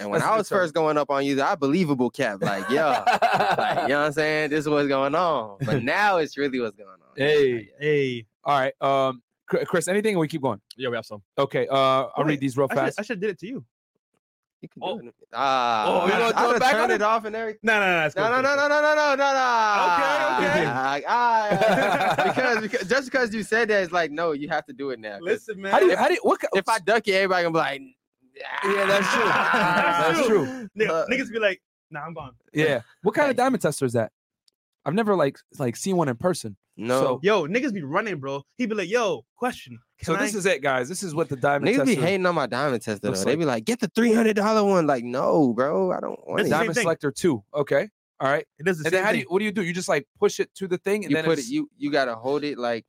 and when
That's
I
good
was
stuff.
first going up on you, I believable cap. Like yeah, like, you know what I'm saying. This is what's going on. But now it's really what's going on.
Hey,
hey.
All right. Um, Chr- Chris, anything? Or we keep going.
yeah, we have some.
Okay. Uh, I'll read
Wait,
these real
I
fast.
should, I should did it to you.
You can
Oh.
do it. Ah,
Oh, you gonna
I- I
throw it
done
back on
turned
him?
it off and everything.
No, no, no. it's
No,
cool,
no,
it's
no,
cool,
no, no, no, no, no, no.
Okay, okay.
Ah, ah, because, because just because you said that, it's like no, you have to do it now.
it's cool.
'cause
Listen, man.
how do you? How do you? What? ki-
if I duck it, everybody gonna be like,
oh. Yeah, that's true.
"Ah."
That's true.
Nigga,
Uh,
niggas be like, nah, I'm gone.
Yeah. What kind of
Like-
diamond tester is that? I've never like like seen one in person.
No,
So-
Yo, niggas be running, bro. He be like, yo, question.
So this is it, guys. This is what the diamond
niggas
tester.
be hating on my diamond tester.
Looks
Though. they
like-
be like, get the three hundred dollar one. Like, no, bro, I don't want
That's
it.
the same
diamond
thing.
selector two. Okay. All right.
it does the
and then
same
how do
thing.
you? What do you do? You just like push it to the thing, and
You
then
put it.
it's-
You you gotta hold it like,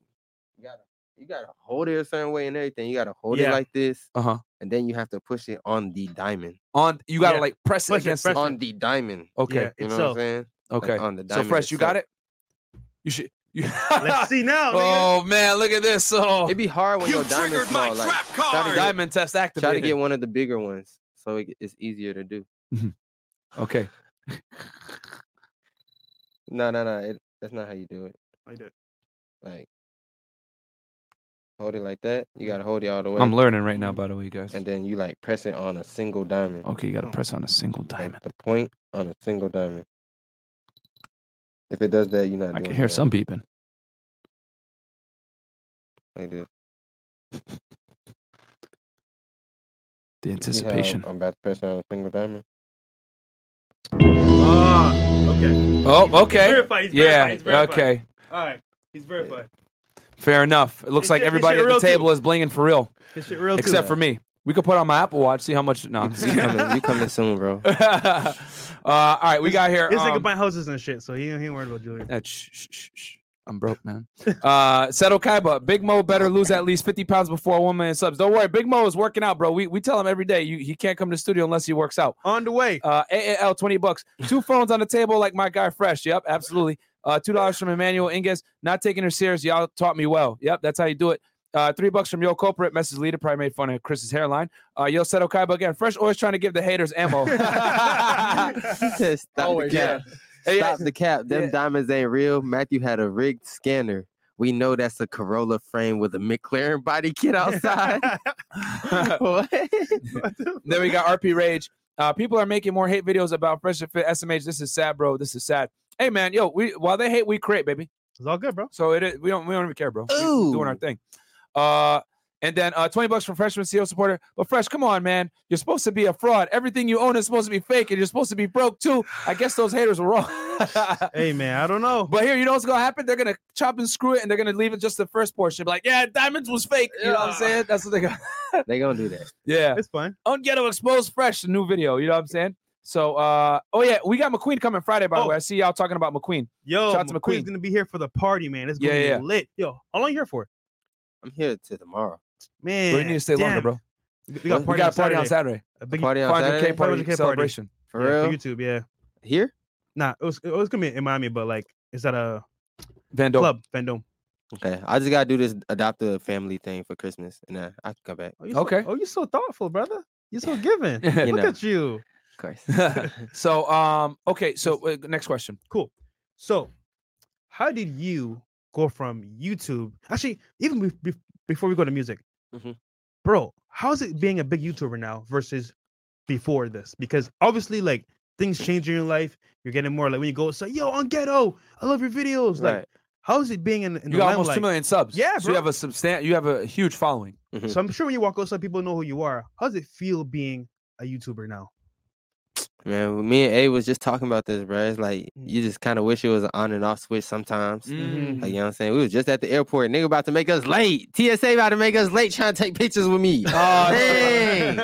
you gotta you gotta hold it a certain way and everything. You gotta hold
Yeah.
it like this,
uh-huh.
and then you have to push it on the diamond.
on. You gotta
Yeah.
like press it
Press it,
against.
press
the,
On the diamond.
okay.
Yeah.
You know what I'm
Itself.
saying? Like,
Okay.
on the
so
diamond.
fresh, you got
itself.
it. You should. You
Let's see now. nigga.
oh man, look at this. Oh,
It'd be hard when your diamond's small. Like, try to get,
diamond test
try to
activated.
get one of the bigger ones, so it, it's easier to do.
okay.
No, no, no. It, that's not how you do it.
Like that.
Like hold it like that. You gotta hold it all the way.
I'm learning right now, by the way, guys.
and Oh. then you like press it on a single diamond.
Okay, you gotta press on a single
like,
diamond.
The point on a single diamond. If it does that, you're not
I
doing
can hear
it
some beeping.
right. Like this.
The
See how
anticipation.
I'm about to press it on a single diamond.
Ah, okay.
Oh, okay.
Verified. He's verified.
Yeah.
He's verified.
Okay.
All right. He's verified.
Fair enough. It looks
It's
like
ju- it's
everybody
ju-
at the
real too.
table is blinging for real,
This shit real
except
too.
for me. We could put on my Apple Watch, see how much. No. I'm just
You
kidding.
coming, you coming soon, bro.
uh, all right, we got here.
This nigga
Um,
buying houses and shit, so he, he ain't worried about jewelry.
uh, shh, shh, shh, shh. I'm broke, man. Uh, Seto Kaiba, Big Mo better lose at least 50 pounds before one million subs. Don't worry, Big Mo is working out, bro. We, we tell him every day you, he can't come to the studio unless he works out.
On the way.
Uh, AAL, 20 bucks. Two phones on the table, like my guy Fresh. Yep, absolutely. Uh, $2 from Emmanuel Inges. Not taking her serious. Y'all taught me well. Yep, that's how you do it. Uh, three bucks from Yo Corporate. Message leader probably made fun of Chris's hairline. Uh, Yo Seto Kaiba again. Fresh always trying to give the haters ammo.
He said, stop
Always,
the cap.
yeah.
Stop the cap. Them
Yeah.
diamonds ain't real. Matthew had a rigged scanner. We know that's a Corolla frame with a McLaren body kit outside. what?
Then we got RP Rage. Uh, people are making more hate videos about Fresh and Fit SMH. This is sad, bro. This is sad. Hey man, yo, we while they hate, we create, baby.
It's all good, bro.
So it is we don't we don't even care, bro. We- we doing our
Ooh.
thing. Uh and then uh, 20 bucks from freshman CEO supporter. But fresh, come on, man. You're supposed to be a fraud. Everything you own is supposed to be fake, and you're supposed to be broke too. I guess those haters were wrong.
Hey man, I don't know.
But here, you know what's gonna happen? They're gonna chop and screw it, and they're gonna leave it just the first portion. Be like, yeah, diamonds was fake. You know what I'm
Yeah.
saying? That's what they got.
They gonna do that.
Yeah.
It's fine.
Unghetto Exposed Fresh, the new video. You know what I'm saying? So, uh, oh yeah, we got McQueen coming Friday. By the
Oh.
way, I see y'all talking about McQueen.
Yo,
Shout out to
McQueen's
McQueen.
gonna be here for the party, man. It's gonna
Yeah,
be
yeah.
lit. Yo, how long you here for?
I'm here till tomorrow.
Man,
Bro, you need to stay longer,
damn.
bro.
We got a
We
party,
got
on
a party on
Saturday.
Saturday.
A big
Party on
500k
Saturday?
party
500K party.
celebration.
For
yeah,
real?
YouTube, yeah.
Here?
Nah, it was it was gonna be in Miami, but like, is that a
Van Dope.
club Vendome?
Okay, I just gotta do this adopt a family thing for Christmas, and then I can come back.
Oh, you so-
Okay.
oh, you're so thoughtful, brother. You're so giving.
You
Look
know.
at you.
Of course.
so um okay so uh, next question
Cool. So, how did you go from YouTube? Actually, even bef- bef- before we go to music,
Mm-hmm.
Mhm.
bro, how's it being a big YouTuber now versus before this? Because obviously, like things change in your life. You're getting more like when you go say, "Yo, on ghetto, I love your videos." Like,
Right.
how's it being in, in
you
the
got almost two
limelight?
million subs
Yeah,
so you
bro.
have a substan- you have a huge following
million.
So I'm sure when you walk outside, people know who you are. How's it feel being a YouTuber now?
Man, well, me and A was just talking about this, bro. It's like
Mm.
you just kind of wish it was an on and off switch sometimes.
Mm-hmm.
Mhm.
Mm.
Like, you know what I'm saying? We was just at the airport. Nigga about to make us late. TSA about to make us late trying to take pictures with me.
Oh,
Dang.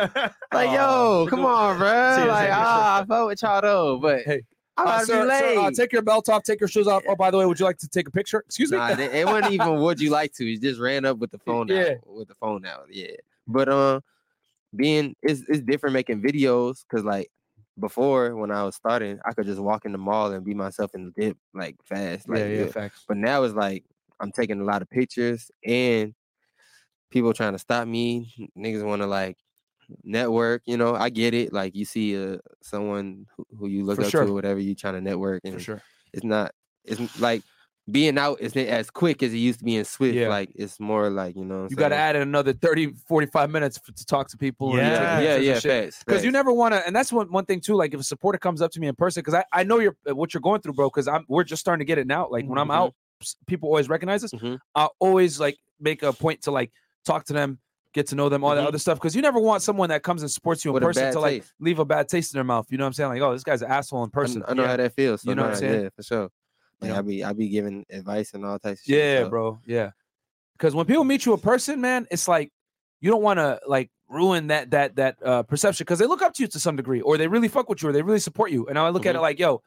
Like, yo, come on, bro.
TSA
Like,
pictures.
ah, I fuck with y'all though, but
Hey,
I'm
Uh,
about to
sir,
be
sir,
late.
uh, take your belt off take your shoes off oh by the way would you like to take a picture excuse me
Nah, it, it wasn't even would you like to. It just ran up with the phone
Yeah.
out. With the phone out. Yeah. But um being it's it's different making videos because like before when I was starting, I could just walk in the mall and be myself in the dip like fast. Like yeah.
facts
but now it's like I'm taking a lot of pictures and people trying to stop me. Niggas want to like network, you know. I get it. Like you see uh, someone who, who you look
For
up
sure.
to, or whatever you trying to network, and
for sure
it's not. It's n- like being out isn't as quick as it used to be in Swift.
Yeah.
Like it's more like you know. what
you
I'm
got to
saying?
add in another 30 45 minutes f- to talk to people and take
Yeah,
Yeah,
pictures and
yeah,
shit.
facts.
because you
facts.
never want to and that's one, one thing too like if a supporter comes up to me in person because I, I know you're uh, what you're going through bro because i'm we're just starting to get it now like when i'm
Mhm.
out s- people always recognize us
Mhm.
i always like make a point to like talk to them get to know them all that
Mhm.
other stuff because you never want someone that comes and supports you in
With a
person
bad
to like
taste.
leave a bad taste in their mouth you know what i'm saying like oh this guy's an asshole in
I
person
kn- I, know
yeah,
how that feels. So
You know what I'm
nah,
saying?
Yeah, for sure. Like
know?
I be I be giving advice and all types. Of shit,
yeah
so-
bro yeah because when people meet you in person man it's like you don't want to like ruin that that that uh, perception because they look up to you to some degree or they really fuck with you or they really support you and i look at
Mm-hmm.
Mhm.
it like yo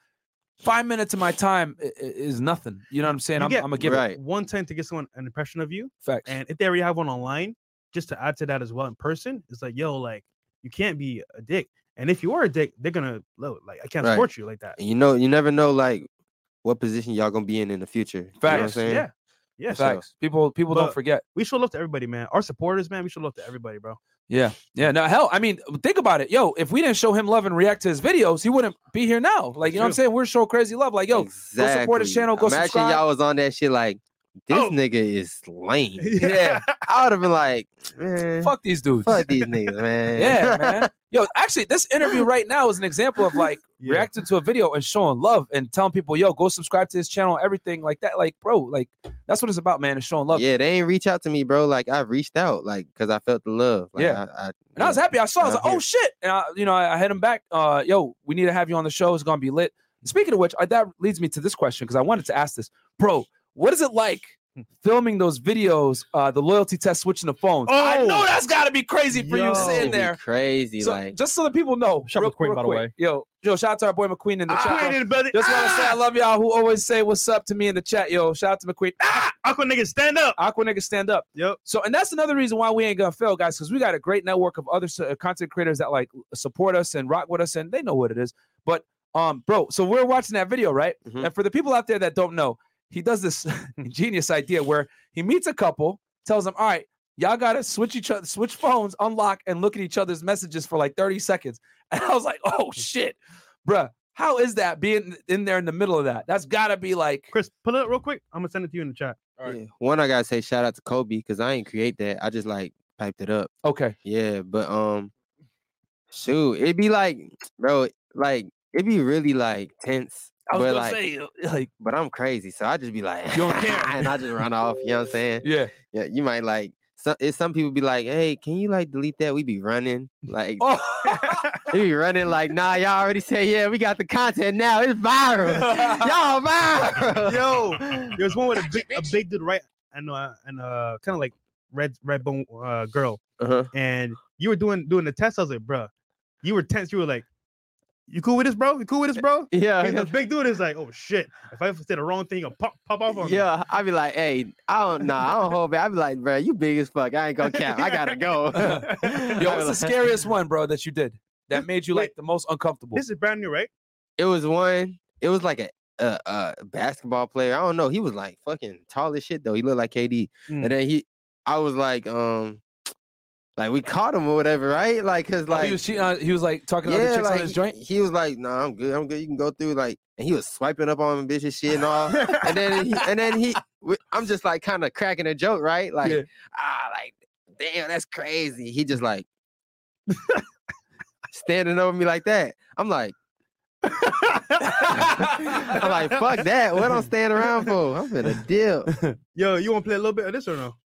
five minutes of my time i- i- is nothing you know what i'm saying
You
i'm,
get-
I'm a give
Right.
One time to get someone an impression of you,
facts
And if they already have one online, just to add to that as well in person, it's like, yo, like you can't be a dick. And if you are a dick, they're gonna look like I can't
Right.
support you like that.
And you know, you never know like what position y'all gonna be in in the future. You know what I'm
Facts,
saying?
Yeah. Yeah.
so-
facts people people don't
But-
forget
We show love to everybody, man. Our supporters, man, we show love to everybody, bro.
yeah yeah no hell i mean think about it yo if we didn't show him love and react to his videos he wouldn't be here now like you know what i'm
True.
saying we're show crazy love like yo support his
Exactly.
channel, go
Imagine
subscribe.
y'all was on that shit like this
Oh.
nigga is lame. Yeah, I would have been like, man, fuck,
fuck these dudes
these niggas, man.
yeah man yo actually this interview right now is an example of like
Yeah.
reacting to a video and showing love and telling people, yo, go subscribe to this channel, everything like that. Like, bro, like that's what it's about, man, is showing love.
Yeah, they ain't reach out to me, bro. Like I reached out, like because I felt the love. Like,
Yeah.
I, I,
And I was happy. I saw. I was
And
like,
I'm
"Oh
here.
shit!" And I, you know, I, I hit him back. Uh, yo, we need to have you on the show. It's gonna be lit. Speaking of which, I, that leads me to this question because I wanted to ask this, bro. What is it like filming those videos? Uh, the loyalty test switching the phones. I
Oh!
know that's gotta be crazy for
Yo.
you
Shit
sitting
be
there.
crazy,
So,
like
just so the people know,
Shout out
real-
McQueen,
real
by the
quick.
way.
Yo, yo, shout out to our boy McQueen in the chat. bro. Just want to
Ah!
say I love y'all who always say what's up to me in the chat. Yo, shout out to McQueen. Ah!
Aqua niggas, stand up.
Aqua niggas stand up.
Yep.
So, and that's another reason why we ain't gonna fail, guys, because we got a great network of other s- uh, content creators that like support us and rock with us, and they know what it is. But, um, bro, so we're watching that video, right?
Mhm.
And for the people out there that don't know, he does this ingenious idea where he meets a couple, tells them, "All right, y'all gotta switch each other, switch phones, unlock, and look at each other's messages for like 30 seconds." And I was like, "Oh shit, bruh, how is that being in there in the middle of that? That's gotta be like."
Chris, pull it up real quick. I'm gonna send it to you in the chat.
All right.
yeah. one. I gotta say shout out to Kobe because I ain't create that. I just like piped it up.
Okay.
Yeah, but um, shoot, it'd be like, bro, like it'd be really like tense.
I was
but,
gonna
like,
say, uh, like,
but I'm crazy, so I just be like,
You don't care.
and I just run off. You know what I'm saying?
yeah.
Yeah, you might like some. If some people be like, hey, can you like delete that? We be running like
Oh,
we be running like, nah, y'all already said yeah, we got the content now. It's viral. y'all viral.
Yo, there's one with a big, a big dude right and uh and uh kind of like red red bone uh girl.
Uh-huh.
and you were doing doing the test. I was like, bruh, you were tense. You were like, you cool with this, bro? You cool with this, bro? And
Yeah.
the big dude is like, oh shit, if I say the wrong thing, you'll pop pop off on
Yeah, I be like, hey, I don't know, I don't hold back. I be like, bro, you big as fuck. I ain't gonna cap. I gotta go. I be
yo, what's the
like-
scariest one, bro, that you did that made you
Wait.
like the most uncomfortable?
me. This is brand new, right?
It was one. It was like an a, a basketball player. I don't know. He was like fucking tall as shit though. He looked like KD.
Mm.
And then he, I was like, um, like we caught him or whatever, right? Like,
Like,
cause like
Oh, he was cheating on, he was like talking to other
yeah,
chicks
like
on his joint.
he was like, "Nah, I'm good. I'm good. You can go through." Like, and he was swiping up on bitches, shit, and all. and then, he, and then he, we- I'm just like kind of cracking a joke, right? Like,
Yeah.
ah, like, damn, that's crazy. He just like standing over me like that. I'm like, I'm like, fuck that. What I'm standing around for? I'm gonna deal.
Yo, you want to play a little bit of this or no?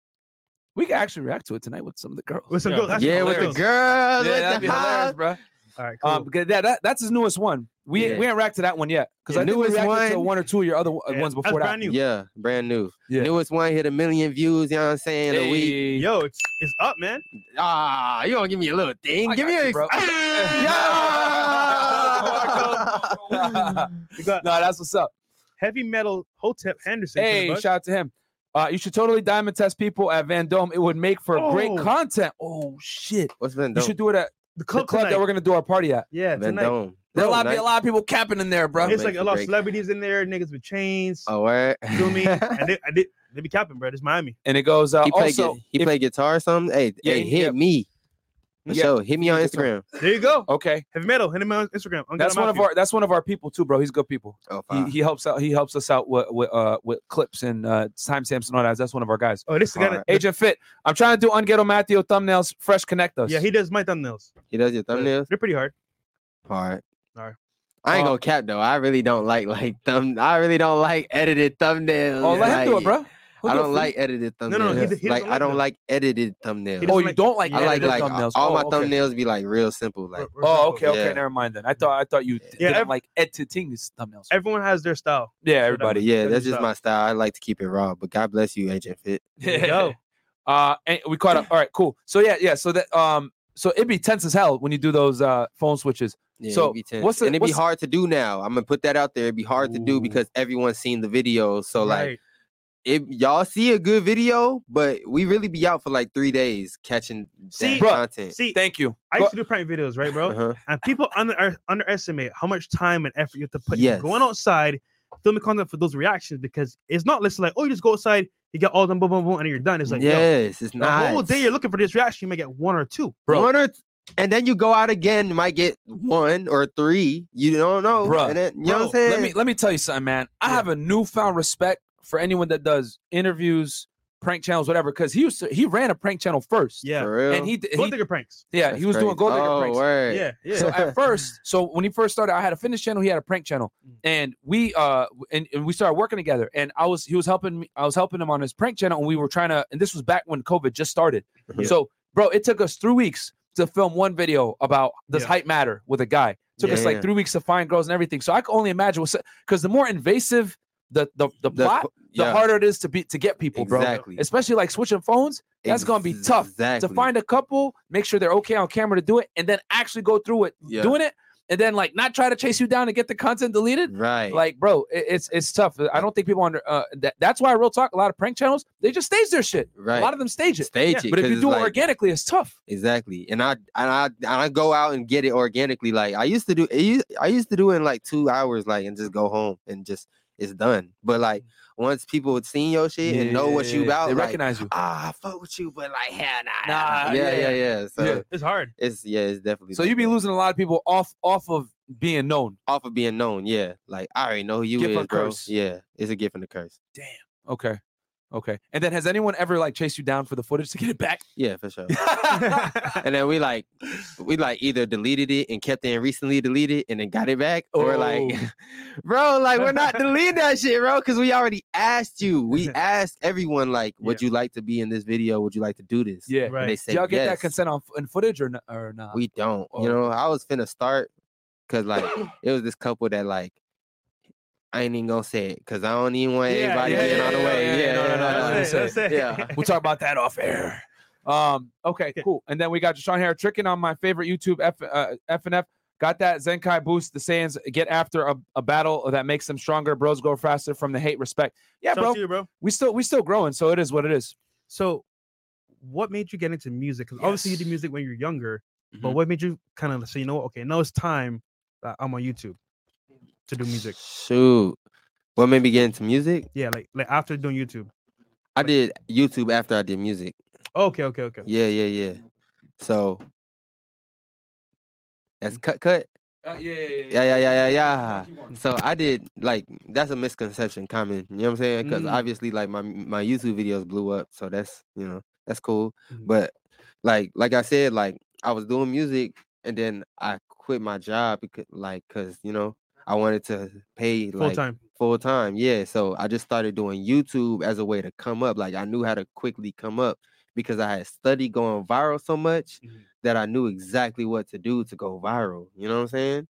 We can actually react to it tonight with some of the girls.
With some
Yeah.
girls. That's
yeah, with the
hilarious.
girls,
yeah,
with
that'd
the
be hilarious,
hoes.
bro.
All right, cool.
Um, because that, that that's his newest one. We ain't- we
Yeah.
ain't reacted to that one yet because
Yeah,
I knew we
newest
reacted to
one.
one or two of your other uh,
Yeah,
ones
that's
before that.
brand new.
Yeah, brand new.
Yeah.
Newest one hit a million views. You know what I'm saying? A week.
Yo, it's it's up, man.
Ah, you gonna give me a little thing?
I
give
got
me
you,
a
bro.
yeah.
We got
no, that's what's up.
heavy metal Hotep Anderson.
Hey,
Hey,
shout out to him. Uh, you should totally diamond test people at Van Dome. It would make for great
Oh.
content. Oh shit!
What's Van
You
Dome?
should do it at
the
the
club,
club
tonight.
that we're gonna do our party at.
yeah
Van
tonight.
Dome.
There'll
Dome
lot- be
night?
a lot of people capping in there, bro.
It's
Make
like a
it
lot of
great.
celebrities in there, niggas with chains.
Oh, where?
Feel me? and they, I did, they be capping, bro. It's Miami.
And it goes uh,
he play,
also.
gu- he
if-
play guitar or something. Hey,
Yeah,
hey,
he-
hit
yeah.
me.
Yeah.
So hit me on
Guitar.
Instagram.
There you go.
okay,
Heavy metal. Hit him on Instagram. I'm
Oh. that's one of our that's one of our people too, bro. He's good people.
Oh,
he,
fuck.
he helps out. He helps us out with with, uh, with clips and uh, timestamps and all that. That's one of our guys.
Oh, this is the guy.
Alright.
that-
Agent Fit. I'm trying to do Unghetto Matthew thumbnails. Fresh connect us.
Yeah, he does my thumbnails.
he does your thumbnails.
They're pretty hard.
All right.
Alright.
I ain't
Uh,
gonna cap though. I really don't like like thumb. I really don't like edited thumbnails.
Oh, let him do it,
Like,
bro. He'll
I
do it
don't
for
like edited thumbnails.
no, no, he d- he doesn't
like, I
like
don't
them.
like edited
He
thumbnails.
you. Oh,
doesn't
you don't like
I like
edited
like uh,
thumbnails.
all
Oh,
my
okay.
thumbnails be like real simple. Like
We're- we're
Oh,
simple.
okay, okay.
Yeah.
Never mind then. I thought I thought you d-
Yeah,
didn't
ev-
like editing these thumbnails.
Everyone has their style.
yeah,
But
everybody.
yeah,
Good
that's just
stuff.
my style. I like to keep it raw. But God bless you, Agent Fit.
There you go.
Uh, and we caught up. All right, cool. So yeah, yeah. So that um, so it'd be tense as hell when you do those uh phone switches.
Yeah,
So,
it'd be tense.
what's the-
and it'd be
what's-
hard to do now. I'm gonna put that out there. It'd be hard to do
Ooh.
because everyone's seen the video. So like,
Right.
if y'all see a good video, but we really be out for like three days catching
See,
that
Bruh,
content.
see,
Thank you.
I
Go-
used to do prank videos, right, bro?
Uh-huh.
And people under, er, underestimate how much time and effort you have to put into
Yes.
going outside, filming content for those reactions because it's not just like, oh, you just go outside, you get all them, boom, boom, boom, and you're done. It's like, yo,
yes, it's
the
not.
whole day you're looking for this reaction, you may get one or two.
Bro.
One or th- and then you go out again, you might get one or three. You don't know,
Bruh.
And then, you know what I'm
Bro,
saying?
Let me let me tell you something, man. I
Yeah.
have a newfound respect for anyone that does interviews, prank channels, whatever. Because he used to he ran a prank channel first.
Yeah.
For real.
And he d-
Go
he
digger pranks.
yeah
That's
he was doing
crazy.
gold digger
oh,
pranks.
Word.
Yeah, yeah.
So at first, so when he first started, I had a fitness channel, he had a prank channel.
Mm.
And we uh w- and, and we started working together. And I was he was helping me, I was helping him on his prank channel, and we were trying to, and this was back when COVID just started.
Yeah.
So, bro, it took us three weeks to film one video about this
Yeah.
height matter with a guy. Took us
Yeah.
like three weeks to find girls and everything. So I can only imagine what's because the more invasive the the, the plot, the
yeah,
harder it is to be to get people,
Exactly.
bro. Especially like switching phones that's gonna be tough to
exactly.
to find a couple, make sure they're okay on camera to do it, and then actually go through it
Yeah.
doing it, and then like not try to chase you down and get the content deleted.
right.
Like, bro, it, it's it's tough. I don't think people under uh, that, that's why real talk. A lot of prank channels they just stage their shit.
right.
A lot of them stage it,
stage it.
but if
'cause
you
it's
do it
like,
organically, it's tough.
exactly, and I and I and I go out and get it organically. Like I used to do, it used- I used to do it in like two hours, like and just go home and just it's done. But like once people would seen your shit and know what you about,
They
like,
recognize you.
ah, I fuck with you, but like hell nah,
Nah,
nah. yeah,
yeah.
yeah, yeah. So
Yeah.
It's hard.
it's yeah, it's definitely.
So you be
different.
losing a lot of people off off of being known.
off of being known, yeah. Like I already know who you
Gift
is,
and
bro.
curse.
Yeah, it's a gift and a curse.
Okay, okay. And then has anyone ever like chased you down for the footage to get it back?
Yeah, for sure. and then we like we like either deleted it and kept it and recently deleted and then got it back or like
Oh.
bro like we're not deleting that shit bro because we already asked you we asked everyone like would you like to be in this video would you like to do this
yeah.
and
Right.
they said
Y'all get that
yes.
consent on in footage or not, or not?
we don't
Oh.
you know i was finna start because like it was this couple that like i ain't even gonna say it because i don't even want
Yeah,
anybody
yeah,
being
yeah,
on the
yeah,
way
yeah, yeah, no, no, no, no,
That's
no,
it, that's it.
yeah.
We'll talk about that off air. Um, okay,
Okay.
cool. And then we got Deshaun Harris tricking on my favorite YouTube F, uh, FNF. Got that Zenkai boost. The Saiyans get after a, a battle that makes them stronger. Bros go faster from the hate respect. Yeah,
Shout out
bro.
to you, bro.
We still we still growing, so it is what it is.
So, what made you get into music? Because obviously you did
Yes.
music when you're younger, but
Mhm.
what made you kind of say, you know, what? okay, now it's time that I'm on YouTube to do music.
Shoot. What made me get into music?
Yeah, like like after doing YouTube.
I did YouTube after I did music.
Okay, okay, okay.
Yeah, yeah, yeah. So
Mm.
that's cut cut.
Uh, yeah, yeah, yeah,
Yeah, yeah, yeah, yeah, yeah.
Keep on.
So I did like that's a misconception common. You know what I'm saying? Because
Mhm.
obviously, like my my YouTube videos blew up, so that's you know that's cool.
Mhm.
But like like I said, like I was doing music, and then I quit my job because like because you know I wanted to pay
Full
like
time.
full time. Yeah. So I just started doing YouTube as a way to come up. Like I knew how to quickly come up because I had studied going viral so much
Mhm.
that I knew exactly what to do to go viral. You know what I'm saying?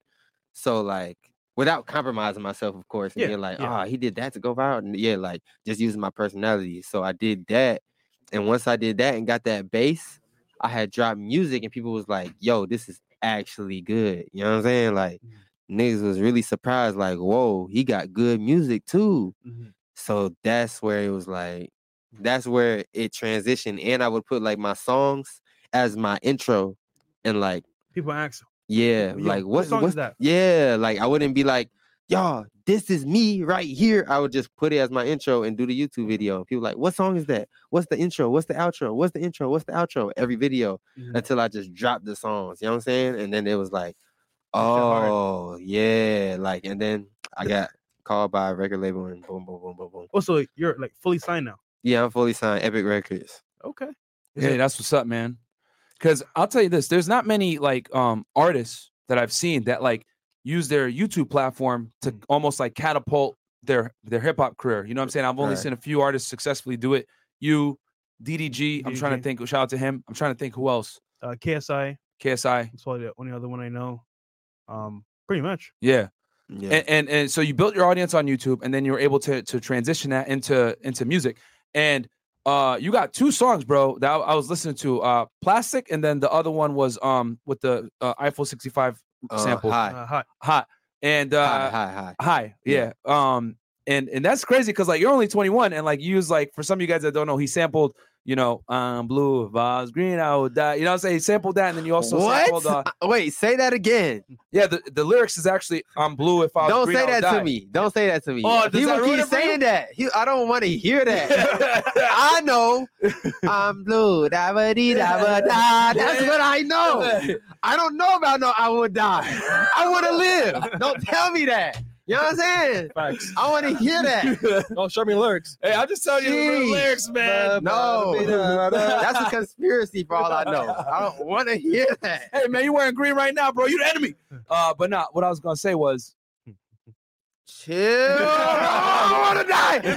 So like without compromising myself, of course. And
Yeah,
yeah, like,
yeah.
ah, he did that to go viral. And yeah, like just using my personality. So I did that. And once I did that and got that base, I had dropped music and people was like, yo, this is actually good. You know what I'm saying? Like niggas was really surprised, like, whoa, he got good music too.
Mhm.
So that's where it was like, that's where it transitioned. And I would put like my songs as my intro and like,
People ask,
yeah,
Yo,
like
what
what's,
song is
what's
that?
Yeah, like I wouldn't be like, y'all, this is me right here. I would just put it as my intro and do the YouTube video. People like, what song is that? What's the intro? What's the outro? What's the intro? What's the outro? Every video
Mhm.
until I just dropped the songs. You know what I'm saying? And then it was like,
hard.
oh yeah, like and then I got called by a record label and boom, boom, boom, boom, boom.
also you're like fully signed now.
Yeah, I'm fully signed, Epic Records.
Okay. Is
Hey,
it-
that's what's up, man. Because I'll tell you this: there's not many like um artists that I've seen that like use their YouTube platform to
Mm.
almost like catapult their their hip hop career. You know what I'm saying? I've only
Right.
seen a few artists successfully do it. You, DDG. I'm trying to
DDG.
think. Shout out to him. I'm trying to think who else.
Uh, KSI.
KSI.
That's probably the only other one I know. Um, pretty much.
Yeah.
Yeah.
and, and and so you built your audience on YouTube, and then you were able to to transition that into into music. And uh, you got two songs, bro. That I I was listening to, uh, "Plastic," and then the other one was um with the uh, Eiffel 65
uh,
sample.
Hi,
Uh, hot.
"Hot" and uh,
hi, hi, hi.
Hi. Yeah.
Yeah.
Um, and and that's crazy because like you're only 21 and like you use like for some of you guys that don't know, he sampled, you know, um blue if I was green, I would die. You know what I'm saying? He sampled that and then you also sampled
what?
uh,
Uh, Wait, say that again.
yeah, the, the lyrics is actually I'm blue if I was
don't
green.
say
I
that
would
to
die.
me. Don't say that to me.
Oh, does
People
that ruin
keep
it for you?
saying that. He- I don't want to hear that. I know. I'm blue. Da ba dee da ba da. That's what I know. I don't know about no. I would die. I would have lived. Don't tell me that. You know what I'm saying?
Facts.
I want to hear that.
Don't show me lyrics.
Hey, I'm just telling you the real
Jeez.
lyrics, man.
No, that's a conspiracy for all I know. I don't want to hear that.
Hey, man, you wearing green right now, bro. You the enemy. Uh, but not. Nah, what I was gonna say was,
Chill. I want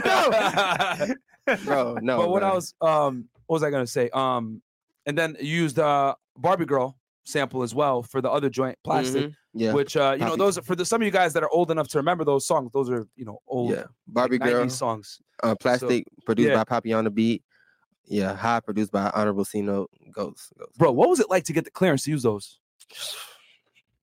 to die.
but
No. Bro, no.
what
bro.
I was, um, what was I gonna say? Um, and then you used uh Barbie girl sample as well for the other joint, plastic.
Mhm. Yeah.
Which uh, you know,
Poppy.
those are- for the some of you guys that are old enough to remember those songs. Those are you know old
Yeah. Barbie
like,
girl.
90s songs.
uh, Plastic, produced
yeah.
by Poppy on the Beat. Yeah, High, produced by Honorable C Note Ghost. Ghost.
Bro, what was it like to get the clearance to use those?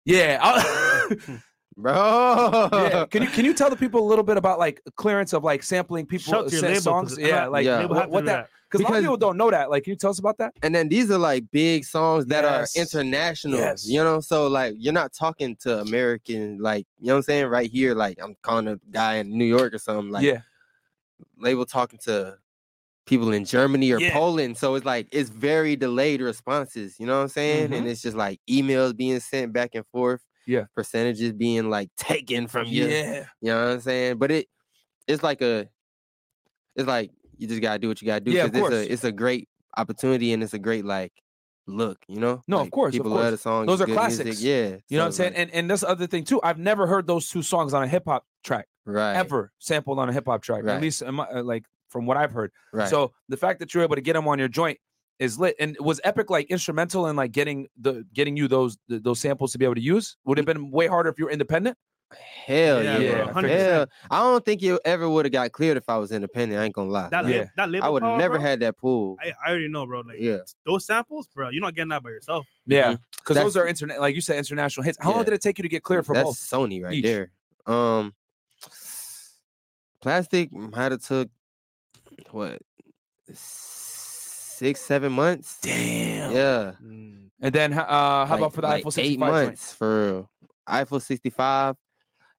Yeah, I-
Bro.
yeah. Can you can you tell the people a little bit about like clearance of like sampling people
Shout to your
sa-
label, 'cause
songs?
I'm
Yeah,
not-
like
Yeah.
Label
what,
have to
what
do
that because a lot of
Because-
people don't know that. Like, can you tell us about that?
And then these are like big songs that
Yes.
are international.
Yes.
You know, so like you're not talking to American, like, you know what I'm saying? Right here, like I'm calling a guy in New York or something, like
yeah,
label talking to people in Germany or
Yeah.
Poland. So it's like it's very delayed responses. You know what I'm saying? And it's just like emails being sent back and forth.
Mm-hmm. Yeah.
Percentages being like taken from you.
yeah,
You know what I'm saying? But it it's like a it's like you just gotta do what you gotta do.
Yeah, of
'cause it's
course.
a it's a great opportunity and it's a great like look, you know?
No, of
Like,
course, of
People
course.
love the song.
Those
it's
are
good music,
classics.
Yeah.
You know what I'm
so
saying?
it's
And and that's the other thing too. I've never heard those two songs on a hip hop track
like- right.
ever sampled on a hip hop track. At
Right.
least in my, uh, like from what I've heard.
Right.
So the fact that you're able to get them on your joint is lit. And was Epic like instrumental in like getting the getting you those th- those samples to be able to use? Would it have been way harder if you were independent?
hell
Yeah,
yeah.
bro,
Hell.
100%.
I don't think you ever would have got cleared if I was independent. I ain't gonna lie.
That,
Like,
Yeah.
lab- that label.
I would have
power,
never
bro,
had that pool.
I, I already know, bro. Like
Yeah.
those samples, bro. You're not getting that by yourself.
Yeah,
Mhm.
because
That's-
those are internet. Like you said, international hits. How long
Yeah.
did it take you to get clear for
That's
both?
Sony right
each.
there. Um plastic might have took what six, seven months.
Damn.
Yeah.
Mm.
And then ho- uh, how
like-
about for the
like
Eiffel
Eight
65 joint?
months for real. Eiffel 65.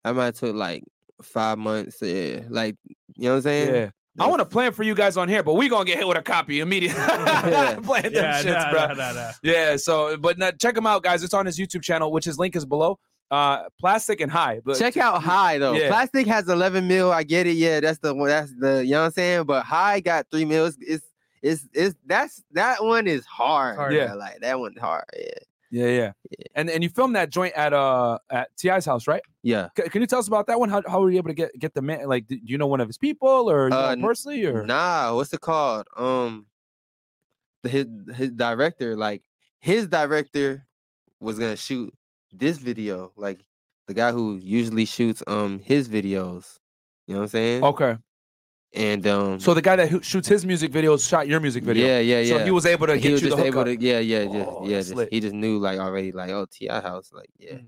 I might took like five months. Yeah, like you know what I'm saying.
Yeah. I want to plan for you guys on here, but we gonna get hit with a copy immediately.
Yeah.
Playing them shits,
nah,
bro.
nah, nah, nah.
Yeah, so but no, check him out, guys. It's on his YouTube channel, which his link is below. Uh, plastic and high, but
Check out High though.
Yeah.
Plastic has 11 mil. I get it. Yeah, that's the one. That's the you know what I'm saying. But High got three mils. It's it's it's that's that one is hard.
Hard.
Yeah,
Yeah.
like that one's hard. Yeah,
yeah, yeah, and and you filmed that joint at uh at Ti's house, right?
yeah.
C- can you tell us about that one? How, how were you able to get get the man? Like, do you know one of his people or you know
Uh,
him personally or
Nah, what's it called? Um, the, his his director, like his director, was gonna shoot this video. Like the guy who usually shoots um his videos. You know what I'm saying?
okay?
And um,
Oh, So the guy that who shoots his music videos shot your music video.
yeah, yeah, yeah.
So he was able to
But he
get
was
you the
just able
hookup.
to, yeah, yeah, just,
Oh,
yeah.
that's
Just,
lit.
he just knew like already, like oh, Ti house, like yeah,
Mm.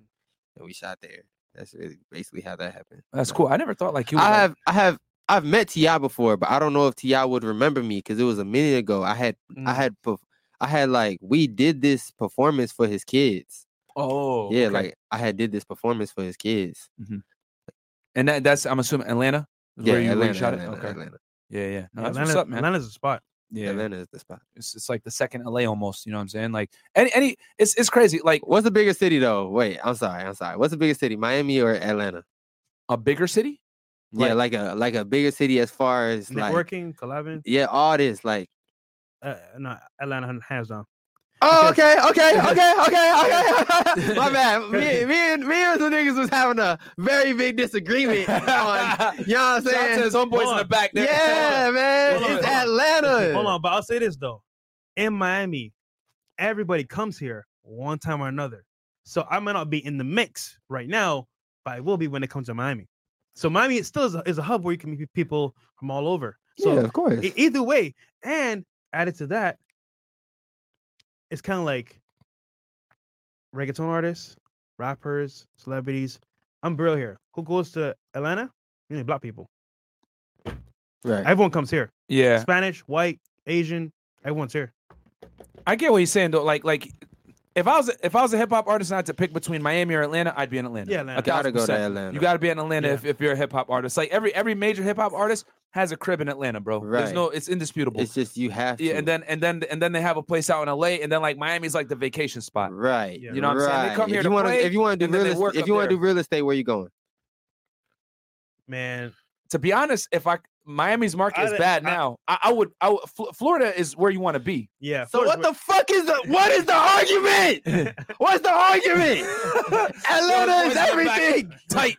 and we shot there. That's really basically how that happened.
That's cool. I never thought like you.
I have, I have, I've met Ti before, but I don't know if Ti would remember me because it was a minute ago. I had,
Mm.
I had, perf- I had like we did this performance for his kids.
Oh
yeah,
okay.
like I had did this performance for his kids.
and that, that's I'm assuming Atlanta. is where you,
Yeah,
where you
Atlanta,
shot it.
Atlanta,
okay.
Atlanta.
Yeah, yeah. No,
Yeah,
that's what's
Atlanta,
up, man.
Atlanta's a spot.
yeah,
Atlanta is the spot.
It's, it's like the second LA almost. You know what I'm saying? Like any any it's it's crazy. Like
What's the biggest city though? Wait, I'm sorry, I'm sorry. What's the biggest city, Miami or Atlanta?
a bigger city.
yeah, like a like a bigger city as far as like
Networking, collabing.
yeah, all this like.
Uh, no, Atlanta hands down.
Oh, okay,
Because-
okay,
because-
okay, okay, okay. My bad. Me,
because-
me and me and some niggas was having a very big disagreement on. You know what I'm
Shout out to
saying?
his homeboys in
Hold
the
on.
back there.
Yeah, man,
Hold on,
it's
hold on.
Atlanta.
Hold on, but I'll say this though. In Miami, everybody comes here one time or another. So I might not be in the mix right now, but I will be when it comes to Miami. So Miami it still is a, is a hub where you can meet people from all over. So
of course.
e- either way, and added to that, it's kind of like reggaeton artists, rappers, celebrities. I'm real here. Who goes to Atlanta? Really black people.
right.
Everyone comes here.
Yeah.
Spanish, white, Asian, everyone's here.
I get what he's saying though. Like like if I was a- if I was a hip hop artist and I had to pick between Miami or Atlanta, I'd be in Atlanta.
Yeah, Atlanta.
A thousand
Gotta go to
percent.
Atlanta.
You gotta be in Atlanta
Yeah.
if, if you're a hip hop artist. Like every every major hip hop artist has a crib in Atlanta, bro. There's
Right.
no it's indisputable.
It's just you have to.
yeah, and then and then and then they have a place out in LA, and then like Miami's like the vacation spot.
right.
Yeah.
You know what I'm
right.
saying? They come here
if
to
you wanna,
play,
if you want to do
and then they
real,
work
est-
up
if you want to
there.
do real estate, where you going?
Man,
to be honest, if I Miami's market
I
is
didn't-
bad
I-
now, I, I would. I would Fl- Florida is where you want to be.
yeah.
So what
Florida's
the fuck is the what is the argument? What's the argument? Atlanta is everything.
Tight.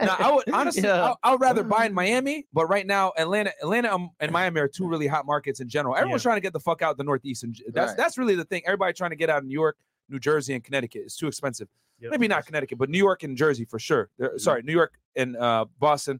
now I would honestly,
Yeah.
I, I would rather buy in Miami, but right now Atlanta, Atlanta um, and Miami are two really hot markets in general. Everyone's trying to get the fuck out the Northeast, and j- that's
Right.
that's really the thing. Everybody trying to get out of New York, New Jersey, and Connecticut. It's too expensive.
Yep.
Maybe not Connecticut, but New York and Jersey for sure. They're- Sorry, New York and uh, Boston,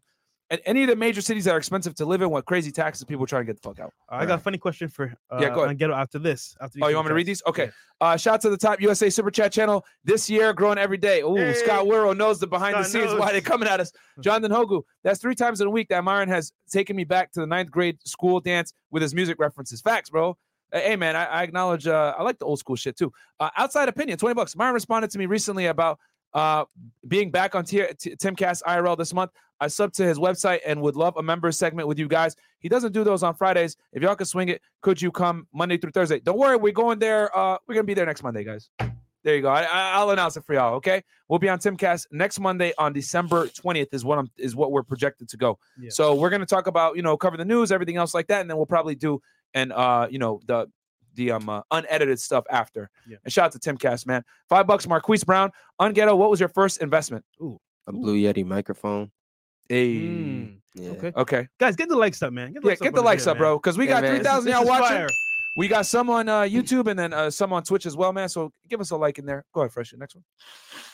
and any of the major cities that are expensive to live in with crazy taxes, people trying to get the fuck out.
I got a funny question for uh,
Yeah, go ahead.
on Ghetto after this. After
Oh, you want me to read these? Okay. Uh, shout out to the top USA Super Chat channel this year, growing every day. Ooh,
Hey.
Scott Wirro knows the behind the
Scott
scenes why
knows.
they're coming at us. Jonathan Hogu, that's three times in a week that Myron has taken me back to the ninth grade school dance with his music references. Facts, bro. Uh, Hey man, I, I acknowledge. Uh, I like the old school shit too. Uh, outside opinion, twenty bucks. Myron responded to me recently about uh, being back on T- T- Timcast IRL this month. I subbed to his website and would love a member segment with you guys. He doesn't do those on Fridays. If y'all can swing it, could you come Monday through Thursday? Don't worry, we're going there. Uh, we're gonna be there next Monday, guys. There you go. I, I- I'll announce it for y'all. Okay, we'll be on Timcast next Monday on December twentieth. Is what I'm is what we're projected to go.
Yeah.
So we're gonna talk about you know cover the news, everything else like that, and then we'll probably do and uh you know the the um uh, unedited stuff after.
Yeah.
And shout out to Timcast, man. Five bucks, Marquise Brown. Unghetto, what was your first investment?
A blue Yeti microphone.
Hey.
Hmm.
Yeah.
Mm, Okay.
Okay.
guys, get the likes up, man. Get the
Yeah,
likes
get
on
the likes
video,
up, bro. Because we
Yeah,
got
man.
three
man. This-
thousand
this
y'all
is
watching.
fire.
We got some on uh, YouTube and then uh, some on Twitch as well, man. So give us a like in there. Go ahead, Fresh. Next one.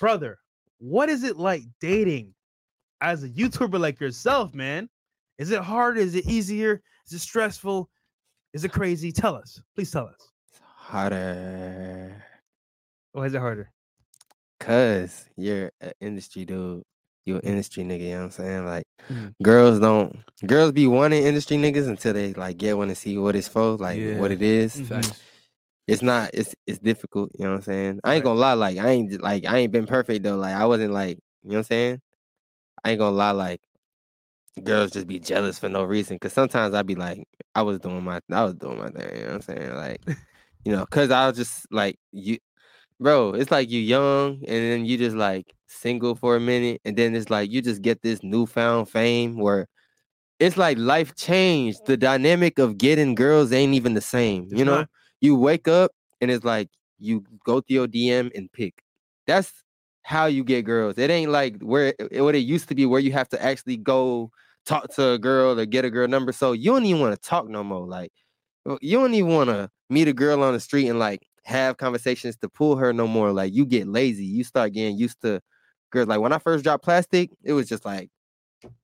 brother. What is it like dating as a YouTuber like yourself, man? Is it hard? Is it easier? Is it stressful? Is it crazy? Tell us, please tell us.
Hotter. Oh,
Or is it harder?
Cause you're an industry dude. You an industry nigga, you know what I'm saying? Like
Mhm.
girls don't girls be wanting industry niggas until they like get one to see what it's for, like what
Yeah.
it is.
Mhm.
It's not it's it's difficult, you know what I'm saying? I
Right.
ain't gonna lie, like I ain't like I ain't been perfect though. Like I wasn't like, you know what I'm saying? I ain't gonna lie, like girls just be jealous for no reason. Cause sometimes I be like, I was doing my, I was doing my thing. You know what I'm saying? Like, you know, cause I was just like you, bro. It's like you young, and then you just like single for a minute, and then it's like you just get this newfound fame where. It's like life changed. The dynamic of getting girls ain't even the same. You
It's
know,
not.
you wake up and it's like you go to your DM and pick. That's how you get girls. It ain't like where it- what it used to be, where you have to actually go talk to a girl or get a girl number. So you don't even want to talk no more. Like uh, you don't even want to meet a girl on the street and like have conversations to pull her no more. Like you get lazy. You start getting used to girls. Like when I first dropped plastic, it was just like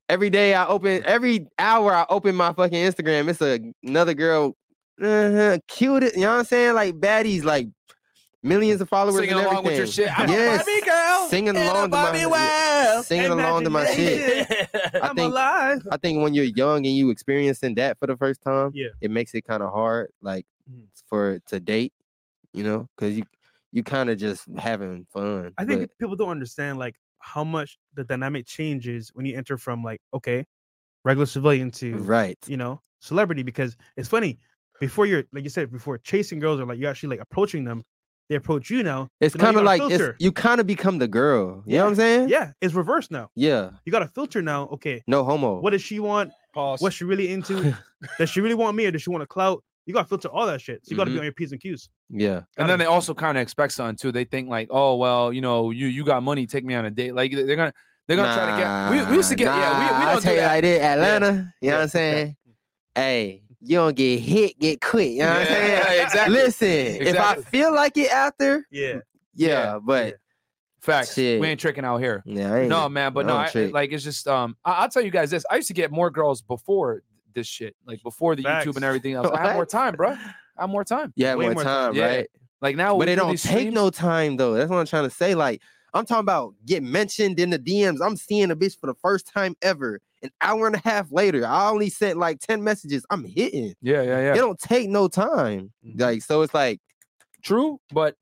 every day I open every hour I open my fucking Instagram. It's a, another girl. Uh, cute, you know what I'm saying? Like baddies, like millions of followers.
Singing
and everything
along with your shit. I'm
Yes.
a Barbie girl.
Singing
and a
along to my-
Barbie world.
singing along to my shit. I
I'm
think
alive.
I think when you're young and you experiencing that for the first time,
Yeah.
it makes it kind of hard, like
Mhm.
for to date, you know, because you you kind of just having fun.
I think
but
people don't understand like how much the dynamic changes when you enter from like okay, regular civilian to
right,
you know celebrity. Because it's funny before you're like you said before chasing girls or like you're actually like approaching them, they approach you now.
it's
so now you
kind of
gotta
like
filter.
it's, you kind of become the girl. You know what I'm saying?
yeah, it's reversed now.
Yeah.
You got to filter now. Okay,
No homo.
what does she want?
Pause.
What's she really into? does she really want me or does she want a clout? You got to filter all that shit. So you got to
Mhm.
Mm-hmm.
be on your p's and q's.
Yeah.
And then they also kind of expect something too. They think like, oh well, you know, you you got money, take me on a date. Like they're gonna they're gonna try to get. We, we used to get yeah. We, we
I'll
don't
tell
do
you
that.
like this, Atlanta. You know
Yeah.
what I'm saying? Hey, you don't get hit, get quit. You know what I'm
Yeah,
saying?
exactly.
Listen, if I
Exactly.
feel like it after,
Yeah,
yeah,
Yeah.
but
Facts.
Shit.
We ain't tricking out here.
yeah, I ain't-
No man, but no,
no
I,
trick.
like it's just um. I, I'll tell you guys this. I used to get more girls before this shit, like before the YouTube
Facts.
and everything else. I had more
What?
time, bro. I had more time.
you have
way
more,
more
time,
time.
Yeah.
right?
Like now,
but
we
it
do
don't take
these streams-
no time though. That's what I'm trying to say. Like I'm talking about get mentioned in the DMs. I'm seeing a bitch for the first time ever. An hour and a half later, I only sent like ten messages. I'm hitting.
Yeah, yeah, Mm-hmm. yeah.
It don't take no time.
Mhm.
Like so, it's like
True, but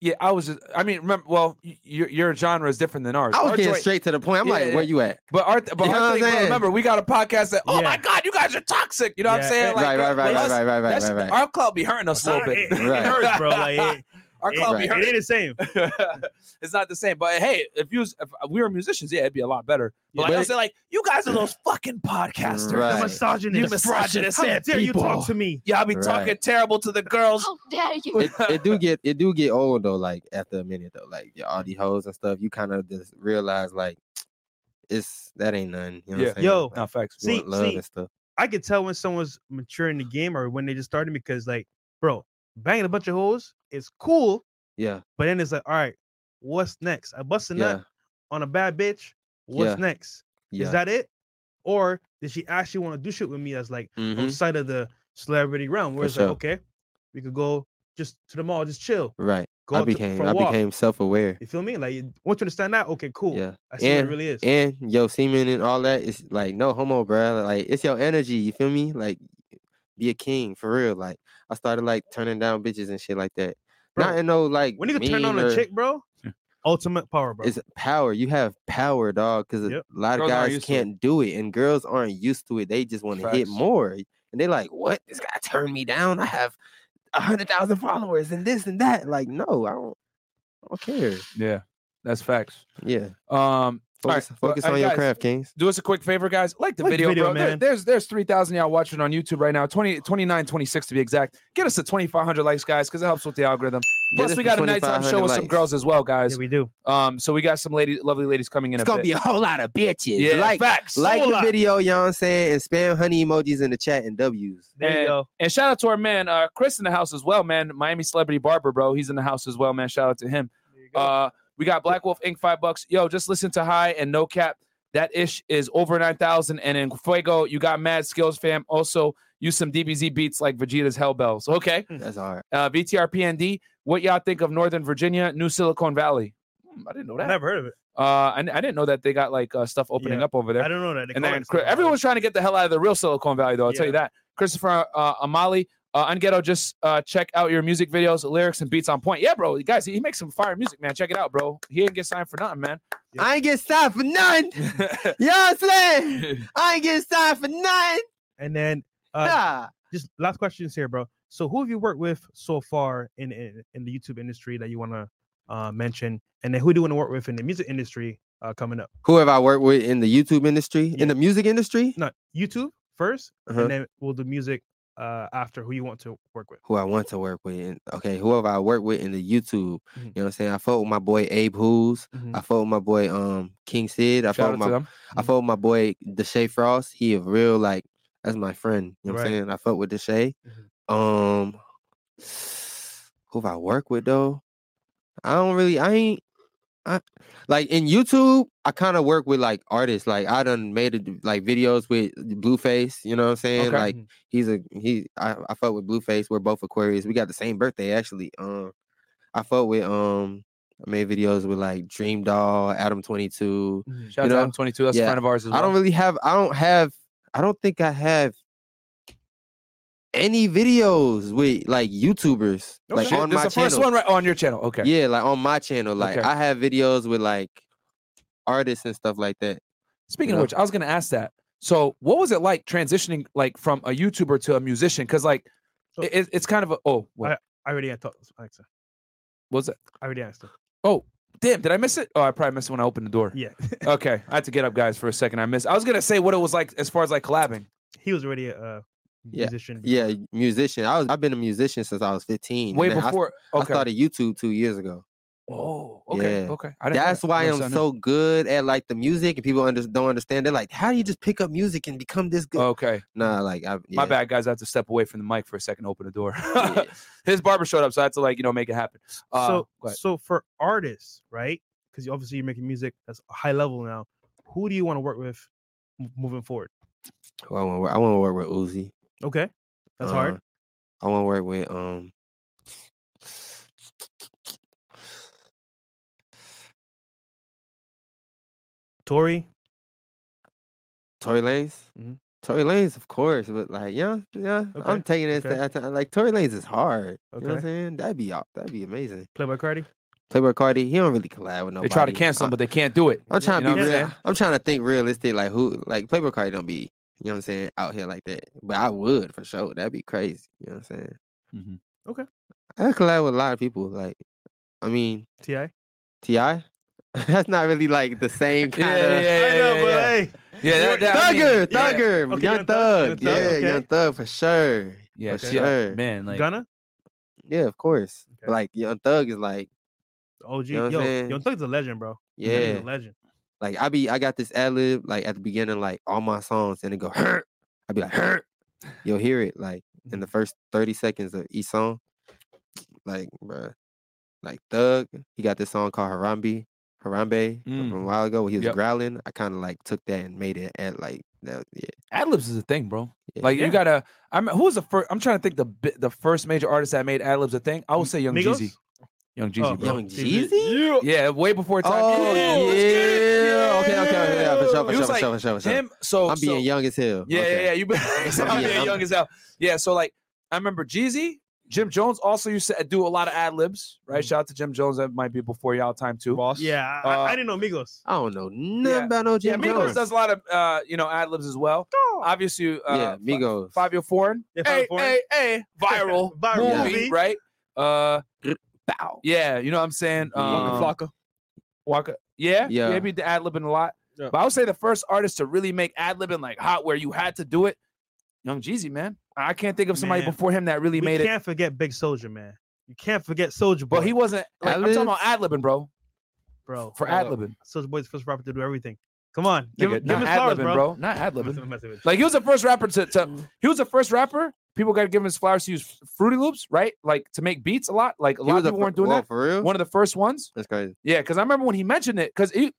yeah, I was. Just, I mean, remember? Well, y- your your genre is different than ours.
I was
Our
getting
joint-
straight to the point. I'm
Yeah,
like,
yeah.
where you at?
But our, but
You know what
our
I'm
thing, bro,
saying?
remember, we got a podcast that, oh my
Yeah.
God, you guys are toxic. You know what I'm
Yeah,
saying?
it-
Like,
right, right, right,
with
right,
us,
right, right, right,
that's-
right, right.
Our club be hurting us a little
It,
bit.
it- it
Right.
hurts, bro. Like it-
our
it-
club
Right.
be
it ain't the same.
hurting. it's not the same. But hey, if you was, if we were musicians, yeah, it'd be a lot better. But like
But
I
it-
said, like you guys are those fucking podcasters.
Right.
The misogynist.
You misogynist
How
ass
dare you
people.
talk to me?
Y'all be
Right.
talking terrible to the girls.
How dare you?
it, it do get it do get old though. Like after a minute though, like yeah, all these hoes and stuff, you kind of just realize like it's that ain't nothing. You know
Yeah.
what I'm saying?
Yo,
Like,
No facts.
you want
see-
love
see,
and stuff.
I could tell when someone's mature in the game or when they just started because, like, bro, banging a bunch of hoes is cool,
Yeah,
but then it's like, all right, what's next? I bust a
yeah,
nut on a bad bitch. What's
Yeah.
next?
yeah.
Is that it? Or does she actually want to do shit with me that's like
Mm-hmm.
Mhm,
outside of the celebrity realm? Where
For
it's
sure.
like, okay, we could go just to the mall, just chill,
Right.
go
I
out to-
became
for a
I
walk.
became self aware.
You feel me? Like, you- once you understand that, okay, cool.
Yeah.
I see what it
And-
really is.
And yo semen and all that is like no homo, bruh. Like it's your energy. You feel me? Like be a king for real. Like I started like turning down bitches and shit like that. Not
Bro,
in no like
when you can turn on
mean or-
a chick, bro, ultimate power, bro.
It's power. You have power, dog, because
Yep.
a lot of
Girls aren't
guys
used to it.
can't do it, and girls aren't used to it. They just want to hit
Facts.
more, and they like, "What? This guy turned me down. I have a hundred thousand followers, and this and that." Like, no, I don't, I don't care.
Yeah, that's facts.
Yeah,
Um, all right,
focus, focus
uh,
on your
guys,
craft, Kings.
do us a quick favor, guys. Like the
Like the
video,
video,
bro. There-
man.
there's there's 3,000 y'all watching on YouTube right now, 20, 29, 26 to be exact. Get us to 2,500 likes, guys, because it helps with the algorithm.
Get
Plus,
us
we
to
got a nighttime show
2500
with some
likes.
girls as well,
yeah,
guys.
we do.
Um, so we got some lady, lovely ladies coming in.
It's
a
gonna
bit.
be a whole lot of bitches.
yeah,
like,
facts.
like the
lot.
video, you know what I'm saying, and spam honey emojis in the chat and W's.
There
And-
you go.
And shout out to our man, uh, Chris in the house as well, man. Miami celebrity barber, bro. He's in the house as well, man. Shout out to him. Uh, we got Black Wolf Inc. Five bucks. Yo, just listen to High and No Cap. That ish is over nine thousand. And in Fuego, you got Mad Skills, fam. Also, use some DBZ beats like Vegeta's Hellbells. Okay.
That's all right.
Uh, VTRPND. What y'all think of Northern Virginia, New Silicon Valley? Hmm, I didn't know
I
that.
never heard of it.
Uh, I, I didn't know that they got like uh, stuff opening
Yeah.
up over there.
I don't know that. They
And
call it
then
Silicon
Chri-
Valley.
everyone's trying to get the hell out of the real Silicon Valley, though. I'll tell you that. Christopher uh, Amali, Uh, Unghetto, just uh, check out your music videos, lyrics, and beats on point. Yeah, bro, guys, he makes some fire music, man. Check it out, bro. He didn't get signed for nothing, man.
I ain't get signed for none. you know what I'm saying? I ain't getting signed for none.
And then uh,
Nah.
just last questions here, bro. So who have you worked with so far in in, in the YouTube industry that you want to uh, mention? And then who do you want to work with in the music industry uh, coming up?
Who have I worked with in the YouTube industry?
Yeah.
In the music industry?
No, YouTube 1st
Uh-huh.
and then we'll do music uh, after. Who you want to work with?
Who I want to work with. in- Okay, whoever I work with in the
Mhm.
YouTube.
Mm-hmm.
You know what I'm saying? I fought with my boy Abe Hughes. I fought with my boy um King Sid. I
Shout
fought
out
with
to
my
them.
I fought with my boy Deshae Frost. He a real like that's my friend. You know what I'm
Right.
saying? I fought with Deshae. Um who have I work with though? I don't really I ain't I like in YouTube, I kind of work with like artists. Like I done made it like videos with Blueface, you know what I'm saying?
Okay.
Like he's a he I, I fuck with Blueface. We're both Aquarius. We got the same birthday actually. Um I fuck with um I made videos with like Dream Doll, Adam 22,
Shout
you
out
know,
to Adam 22. That's a
yeah,
friend of ours as well.
I don't really have. I don't have. I don't think I have any videos with like YouTubers like
Shit,
on
this
my
is the first
channel.
one right on your channel. Okay.
Yeah, like on my channel. Like
Okay.
I have videos with like artists and stuff like that.
Speaking
You
of
know?
which, I was going to ask that. So, what was it like transitioning like from a YouTuber to a musician? Because like,
So-
it, it's kind of a oh, what
I already had thoughts, Alexa.
was it?
I already asked her.
Oh, damn! Did I miss it? Oh, I probably missed it when I opened the door.
Yeah,
Okay, I had to get up, guys, for a second. I missed. I was gonna say what it was like as far as like collabing.
he was already a uh,
Yeah,
musician.
Yeah, musician. I was. I've been a musician since I was fifteen.
Way
and then I-
before.
I,
okay.
started YouTube two years ago.
oh, okay,
Yeah.
okay. I didn't know
That's
that.
why
Little
I'm
son of-
so good at like the music, and people under, don't understand. They're like, "How do you just pick up music and become this good?"
Okay,
nah, like, I, yeah.
Oh, my bad, guys. I have to step away from the mic for a second, to open the door.
Yeah.
His barber showed up, so I had to like you know make it happen. Uh,
so
go ahead.
so for artists, right? Because obviously you're making music that's high level now. Who do you want to work with m- moving forward?
Who I want. I want to work with Uzi.
Okay, that's
Uh,
hard.
I want to work with um.
Tori,
Tory Lanez.
Mhm.
Tory Lanez, of course, but like, yeah, yeah,
Okay,
I'm taking it.
okay.
at time. Like Tory Lanez is hard. You know what
Okay.
I'm saying? That'd be aw- that'd be amazing.
Playboy Cardi.
Playboy Cardi, he don't really collab with nobody.
they try to cancel him, but they can't do it.
I, am trying
you know
to be
what I'm
real. I'm trying to think realistic. Like who? Like Playboy Cardi don't be. You know what I'm saying? Out here like that, but I would for sure. That'd be crazy. You know what I'm saying?
Mhm.
Okay.
I collab with a lot of people. Like, I mean,
Ti. Yeah,
Ti. That's not really like the same kind
Yeah,
of.
yeah, yeah, yeah, yeah. Yeah, that- that- I mean,
Thugger,
yeah.
Thugger,
Okay,
Young
Young Thug,
Thug,
Young Thug,
yeah,
okay.
Young Thug for sure.
Yeah,
For
she-
sure.
man, like
Gunna,
Yeah, of course.
Okay.
Like Young Thug is like,
the OG.
know what I'm
yo,
saying?
Young Thug's a legend, bro. That dude's a
yeah.
legend.
Like I be, I got this ad lib like at the beginning, like all my songs, and it go, "Hurt." I be like, "Hurt." You'll hear it like in the first thirty seconds of each song. Like, bruh. like Thug, he got this song called Harambe, Harambe from a
Mm.
while ago when he was
Yep.
growling. I kind of like took that and made it at like, that, yeah,
ad libs is a thing, bro.
Yeah.
Like
Yeah.
you gotta. I'm who was the first? I'm trying to think the bi- the first major artist that made ad libs a thing. I would say Young
Migos?
Jeezy. Young
Oh,
Jeezy, bro.
Young
Jeezy.
Yeah.
Jeezy.
Yeah, way before time.
Oh yeah,
let's get it.
Okay, okay, okay, yeah, for
It
sure, for
was
sure, for
like
sure, for sure, for sure.
Him. So
I'm being
so-
young as hell.
Yeah, yeah,
okay.
yeah. You been I'm
being-
being
I'm-
young as hell. Yeah. So like, I remember Jeezy, Jim Jones also used to do a lot of ad libs,
Mm.
right? Shout out to Jim Jones. That might be before y'all time too.
Boss.
Yeah, I- I,
Uh,
I didn't know Migos.
I don't know nothing
Yeah.
about no
Yeah,
Jim
Migos
Jones. Oh.
does a lot of uh, you know ad libs as well. Obviously, uh,
yeah, Migos.
Five Year Foreign.
Yeah, Five
Hey,
Year Foreign.
hey, hey, viral,
Viral
movie,
movie.
right? Uh,
Bow.
yeah, you know what I'm saying.
Waka
Um,
Flocka.
Waka- Yeah, yeah,
Yeah.
yeah. Maybe the ad libbing a lot,
Yeah.
but I would say the first artist to really make ad libbing like hot, where you had to do it, Young Jeezy, man. I can't think of somebody
Man,
before him that really
We
made it.
can't forget Big Soldier, man. You can't forget Soldier Boy.
But he wasn't. Like, I'm talking about ad libbing, bro.
bro,
For ad libbing,
Soldier Boy's first rapper to do everything. Come on, give,
nigga,
him- give
not
him
ad
flowers,
libbing,
bro.
bro. Not ad
I'm
libbing.
messing- I'm messing with you.
Like he was the first rapper to, to. He was the first rapper. People got to give him his flowers to use Fruity Loops, right? Like to make beats a lot. Like a lot of people weren't doing
whoa,
that.
for real.
One of the first ones.
That's crazy.
Yeah, because I remember when he mentioned it, because he,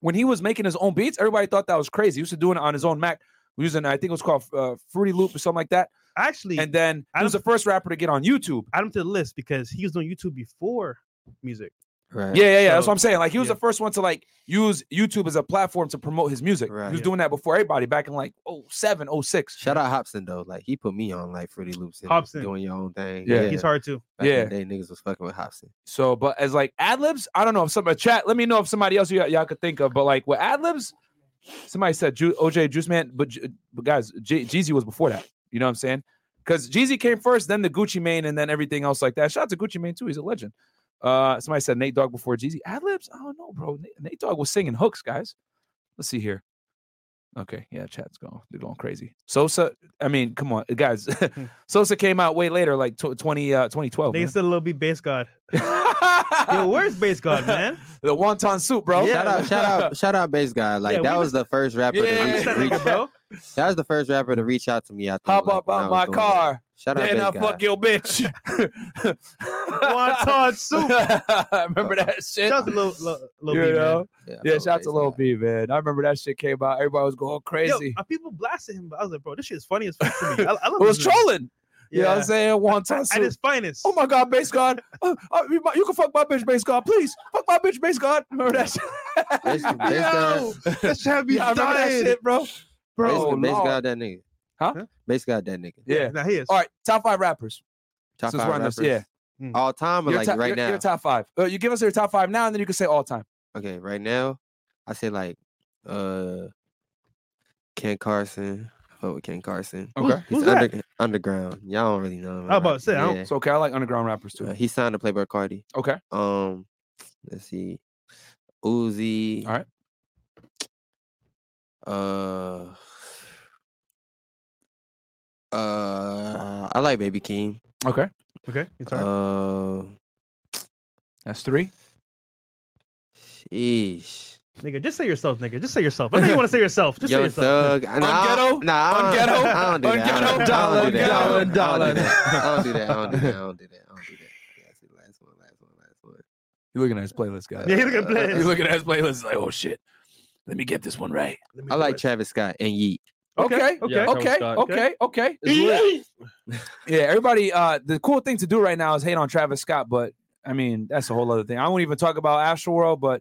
when he was making his own beats, everybody thought that was crazy. He was doing it on his own Mac, using I think it was called uh, Fruity Loop or something like that.
Actually,
And then he was the
Adam-
first rapper to get on YouTube.
add him to the list because he was doing YouTube before music.
Right.
Yeah, yeah, yeah. That's
So-
what I'm saying. Like he was
yeah.
the first one to like use YouTube as a platform to promote his music.
Right.
He was
Yeah.
doing that before everybody back in like 07, 06.
Shout out Hobson though. Like he put me on like Fruity Loops and
Hobson.
doing your own thing.
Yeah.
He's hard too.
Back in the
Yeah.
day, niggas was fucking with Hobson.
So, but as like ad libs, I don't know if some a chat. Let me know if somebody else uh, y'all, y'all could think of. But like with ad libs, somebody said Ju- OJ Juice Man, but, Ju- but guys, J- Jeezy was before that. You know what I'm saying? Because Jeezy came first, then the Gucci Mane, and then everything else like that. Shout out to Gucci Mane too. He's a legend. Uh, somebody said Nate Dogg before Jeezy. Ad libs? I don't know, bro. Nate, Nate Dogg was singing hooks, guys. Let's see here. Okay, yeah, chat's going. They're going crazy. Sosa, I mean, come on, guys. Sosa came out way later, like tw- 20, uh, 2012.
They
man.
said Lil B Bass God. Yo,
Yo,
where's Bass God, man?
the wonton soup, bro?
Shout out, shout out, shout out, bass guy. Like
Yeah,
that
we
was the first rapper
Yeah.
Who's
to
that
reach,
nigga,
reach
bro?
That was the first rapper to reach out to me. I think,
Hop
like,
up
when I
on my
was doing that.
car,
Shout out,
then I
bass guy.
fuck your bitch.
Wonton soup.
remember that shit?
Shout out to Lil, Lil, Lil
you
B, man.
know?
Yeah,
Yeah,
fuck
shout out to
Bass
Lil
Guy.
B, man. I remember that shit came out. Everybody was going
Yo,
crazy.
uh, people blasted him, but I was like, bro, this shit is funny as fuck to me. I, I love
it was
this man.
trolling. You know what
Yeah.
I'm saying? Wonton
At
soup.
his finest.
Oh my God, base god! Uh, uh, you you can fuck my bitch, base god, please. Fuck my bitch, base god. Remember that shit?
Bass-
yeah,
Bass Guy-
Yo, that shit had me
I remember that
dying.
shit, bro. Bro,
Oh,
Bass- Bass
Lord.
guy, that nigga.
Huh?
Bass guy, that nigga.
Yeah.
Nah, he is.
All right, top five rappers.
Top
Since
five
we're on this-
rappers.
yeah.
Mm.
All time or
Your
like
top-
right
your-
now?
your top five. Uh, you give us your top five now, and then you can say all time.
okay, right now, I say like uh Ken Carson. I fuck with Ken Carson.
Who's-
He's
who's that?
under, underground. Y'all don't really know him.
I was about to
right?
say, I don't-
Yeah.
So okay, I like underground rappers too.
Uh, he signed to Playboy Cardi.
Okay.
Um, let's see, Uzi.
All right.
Uh. Uh, I like Baby Keem.
Okay.
Okay. It's all right.
Uh,
That's three.
sheesh.
nigga, just say yourself, nigga. Just say yourself. I know you want to say yourself. Just say
Young
yourself.
Thug. Nah, I don't-
Unghetto?
Nah, I don't,
Unghetto?
I don't do that.
Unghetto?
I don't- I don't do that. I
Dollar,
don't- I
dollar,
don't do that. I don't do that. I don't do that. I don't do that. I don't do that. Yeah, I see the last one, last one, last one.
You're looking at his playlist, guys.
Yeah, he's looking play.
You're looking at his playlist. Like, oh shit. Let me get this one right.
Let me
I
do
like
it.
Travis Scott and Yeet.
Okay.
Okay.
Yeah, Travis
Okay.
Scott.
Okay. Okay. Yeah. Everybody. Uh, the cool thing to do right now is hate on Travis Scott, but I mean that's a whole other thing. I won't even talk about Astroworld, but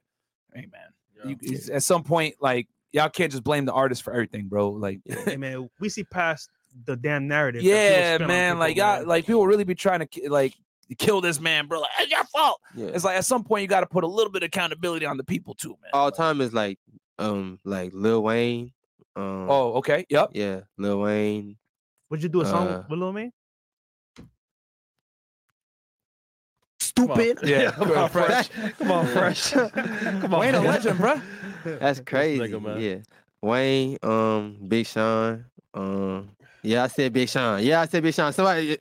hey, man,
Yeah.
you, it's- at some point, like y'all can't just blame the artist for everything, bro. Like,
Hey, man, we see past the damn narrative. that people
yeah,
spin on
man.
people,
like y'all, like people really be trying to ki- like kill this man, bro. Like, it's your fault.
Yeah.
It's like at some point you got to put a little bit of accountability on the people too, man.
all time is like um like Lil Wayne. Um,
oh, okay. Yep.
yeah, Lil Wayne.
Would you do a song
Uh,
with Lil Wayne?
Come on.
Stupid.
Yeah.
Come
good,
on,
fresh.
fresh. Come on, fresh. Come on,
Wayne a
fresh.
legend, bro.
That's crazy.
nigga, man.
yeah, Wayne. Um, Big Sean. Um, yeah, I said Big Sean. Yeah, I said Big Sean. Somebody. Uh,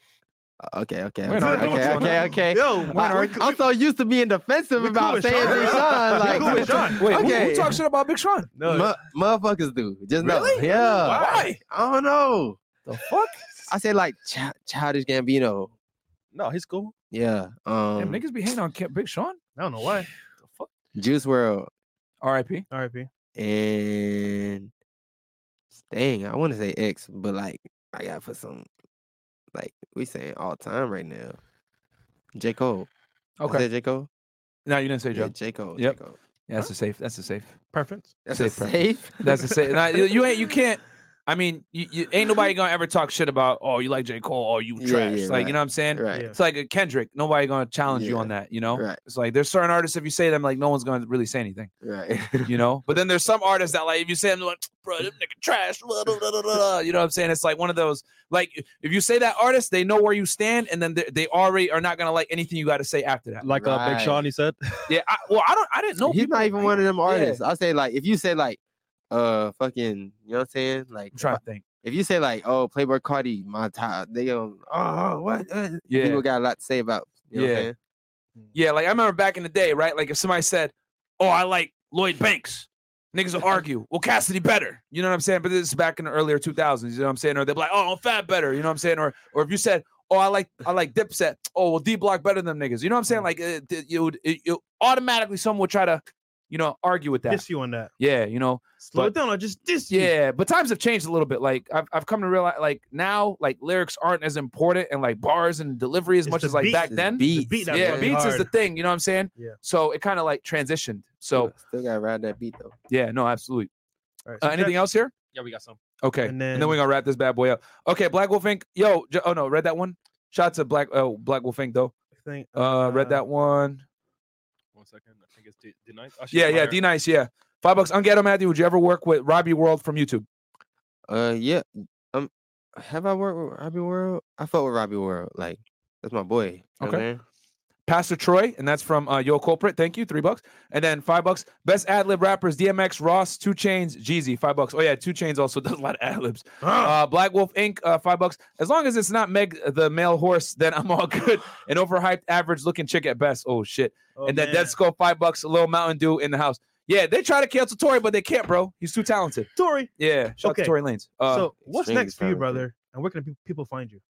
Okay, okay,
Wait, no,
okay,
no,
okay,
no,
okay,
no.
okay.
Yo,
I-
we- we-
I'm so used to being defensive
we cool
about
with
saying
Sean.
Big
We
Sean.
cool
Like,
with Sean.
Wait, who- who,
Okay.
talks shit about Big Sean?
No,
mu- motherfuckers do. Just know.
Really?
Yeah.
Why?
I don't know.
The fuck?
I said like Chi- childish Gambino.
No, he's cool.
Yeah. Um,
Damn, niggas be hating on Ke- Big Sean.
I don't know why.
The fuck?
Juice World.
R.I.P.
R.I.P.
and dang, I want to say X, but like I gotta put some like we saying all time right now. J Cole. I
Okay.
said J Cole.
No, you didn't say
Yeah,
Joe.
J Cole.
Yep.
J Cole.
Yeah, that's a safe. That's a safe.
Preference.
That's
Safe
safe.
preference.
safe.
That's a safe. Nah, you, you ain't. You can't. I mean, you, you ain't nobody gonna ever talk shit about. Oh, you like J. Cole? Oh, you
Yeah,
trash.
yeah,
like you
right.
know what I'm saying?
right.
Yeah.
It's like a Kendrick. Nobody gonna challenge you
Yeah.
on that. You know.
Right.
It's like there's certain artists if you say them, like no one's gonna really say anything.
Right.
you know. But then there's some artists that like if you say them they're like, bro, this nigga trash, blah, blah, blah, blah, blah, blah," you know what I'm saying? It's like one of those like if you say that artist, they know where you stand, and then they, they already are not gonna like anything you got to say after that.
Like uh, Big
Right.
Sean, he said.
Yeah, I, well, I don't, I didn't know.
He's
people
not even
like-
one of them
Yeah.
artists. I say like if you say like uh fucking you know what I'm saying like
I'm trying to think.
if you say like oh Playboy Cardi my top they don't oh what uh,"
Yeah.
people got a lot to say about you know what
Yeah.
I'm saying
Yeah, like I remember back in the day, right? Like if somebody said, "Oh, I like Lloyd Banks," niggas will argue, "Well, Cassidy better," you know what I'm saying? But this is back in the earlier 2000s, you know what I'm saying? Or they'll be like, "Oh, Fab better," you know what I'm saying? Or or if you said, "Oh, I like I like Dipset," "Oh, well, D Block better than them niggas," you know what I'm saying? Like uh, th- it, would it, it automatically someone would try to. you know, argue with that.
diss you on that.
yeah, you know,
Slow
But-
it down or just diss you.
yeah, but times have changed a little bit. Like I've, I've come to realize, like now, like lyrics aren't as important, and like bars and delivery as
It's
much
the
as like
beat.
back
It's
then.
beats.
beat that
that's
yeah,
really
beats is the thing. You know what I'm saying?
Yeah.
So it kind of like transitioned. So
Still gotta ride that beat though.
yeah, no, absolutely.
All right, so
Uh, anything
that-
else here?
Yeah, we got some.
Okay, and
And
then,
then-
we're gonna wrap this bad boy up. Okay, Black Wolf Inc. Yo, j- oh no, read that one. Shout out to Black uh, Black Wolf Inc. Though.
Thing,
Uh, read that one.
One second. I think it's D, Oh, D Nice. I should
Yeah,
know
yeah,
her.
D Nice. Yeah, five bucks. Unghetto Matthew. Would you ever work with Robbie World from YouTube?
Uh, yeah. Um, have I worked with Robbie World? I fought with Robbie World. Like that's my boy. you know what I'm
Okay.
saying?
Pastor Troy, and that's from uh, Yo Culprit. Thank you, three bucks. And then five bucks. Best ad lib rappers: DMX, Ross, Two Chains, Jeezy. Five bucks. Oh yeah, Two Chains also does a lot of ad libs. Uh, Black Wolf Inc. Uh, five bucks. As long as it's not Meg the male horse, then I'm all good. An overhyped, average-looking chick at best. Oh shit. and then
oh,
Dead Skull five bucks. A little Mountain Dew in the house. Yeah, they try to cancel Tory, but they can't, bro. He's too talented.
Tory.
Yeah, shout out to
Okay.
Tory Lanez. Uh,
so what's
extremely
next for you,
talented.
brother? And where can the pe- people find you?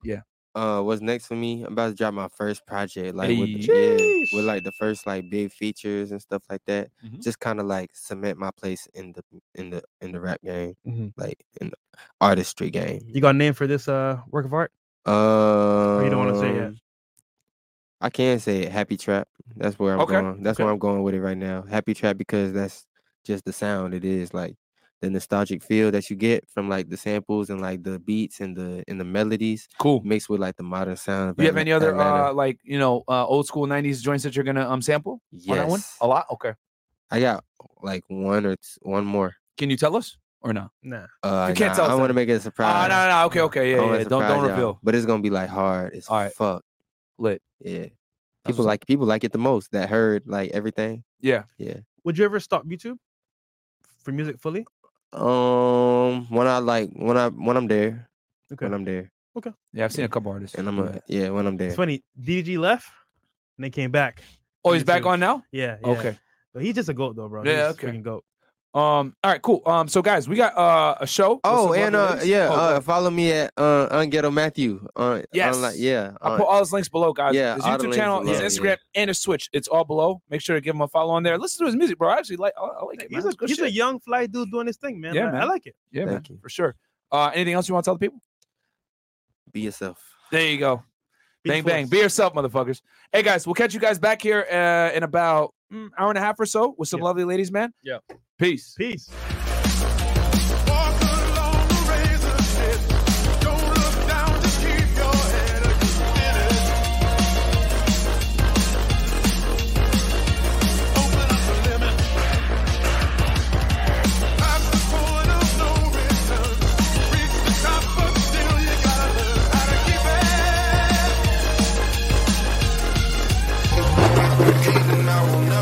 Uh, what's next for me? I'm about to drop my first project, like with, the,
Hey.
yeah, with like the first like big features and stuff like that.
Mhm.
Just kind of like cement my place in the in the in the rap game,
Mhm.
like in the artistry game.
You got a name for this uh work of art?
Uh,
you don't wanna say yet?
I can say it. Happy Trap. That's where I'm
Okay,
going. That's where
okay.
I'm going with it right now. Happy Trap because that's just the sound it is like the nostalgic feel that you get from like the samples and like the beats and the and the melodies
cool.
mixed with like the modern sound. Of
Do you have
Atla-
any other
Atlanta.
uh, like you know uh, old school '90s joints that you're gonna um sample on that one?
Yes.
A lot. Okay.
I got like one or t- one more.
Can you tell us or no?
Nah.
Uh,
can't
nah,
tell
I
us
want to
that.
make it a
Ah,
surprise.
no, no. Okay, okay.
I
Yeah,
wanna
yeah. Don't
surprise
don't
y'all,
reveal.
But it's gonna be like hard as
All right.
fuck.
Lit.
Yeah. People
what's up.
like people like it the most that heard like everything.
Yeah.
Would you ever stop YouTube for music fully?
Um, when I like when I when I'm there,
Okay.
when I'm there,
Yeah, I've seen a couple artists.
and I'm
do
a
that.
yeah when I'm there.
It's funny. DG left and they came back.
Oh, he's back
YouTube.
on now.
Yeah. yeah.
Okay.
But he's just a goat though, bro.
Yeah,
He's
okay.
Freaking goat.
Um. All right. Cool. Um. So guys, we got uh a show. What's
Oh,
up,
and
Love
uh,
Release?
yeah,
Oh, go
uh,
ahead.
follow me at uh, Unghetto Matthew. Uh,
Yes.
on, like, yeah.
I'll
on-
put all his links below, guys.
Yeah,
his
all the
YouTube
links
channel, his
below,
Instagram,
yeah.
and his Switch. It's all below. Make sure to give him a follow on there. Listen to his music, bro. I actually like. I, I like it.
He's,
man.
a,
It's good
he's a
shit.
young fly dude doing his thing, man.
Yeah,
I, I
man.
like it.
yeah, man,
Thank you.
for sure. Uh, anything else you want to tell the people?
Be yourself.
There you go.
Be
bang
the
bang.
force.
Be yourself, motherfuckers. Hey guys, we'll catch you guys back here uh, in about mm, hour and a half or so with some
Yeah.
lovely ladies, man.
Yeah.
Peace.
Peace.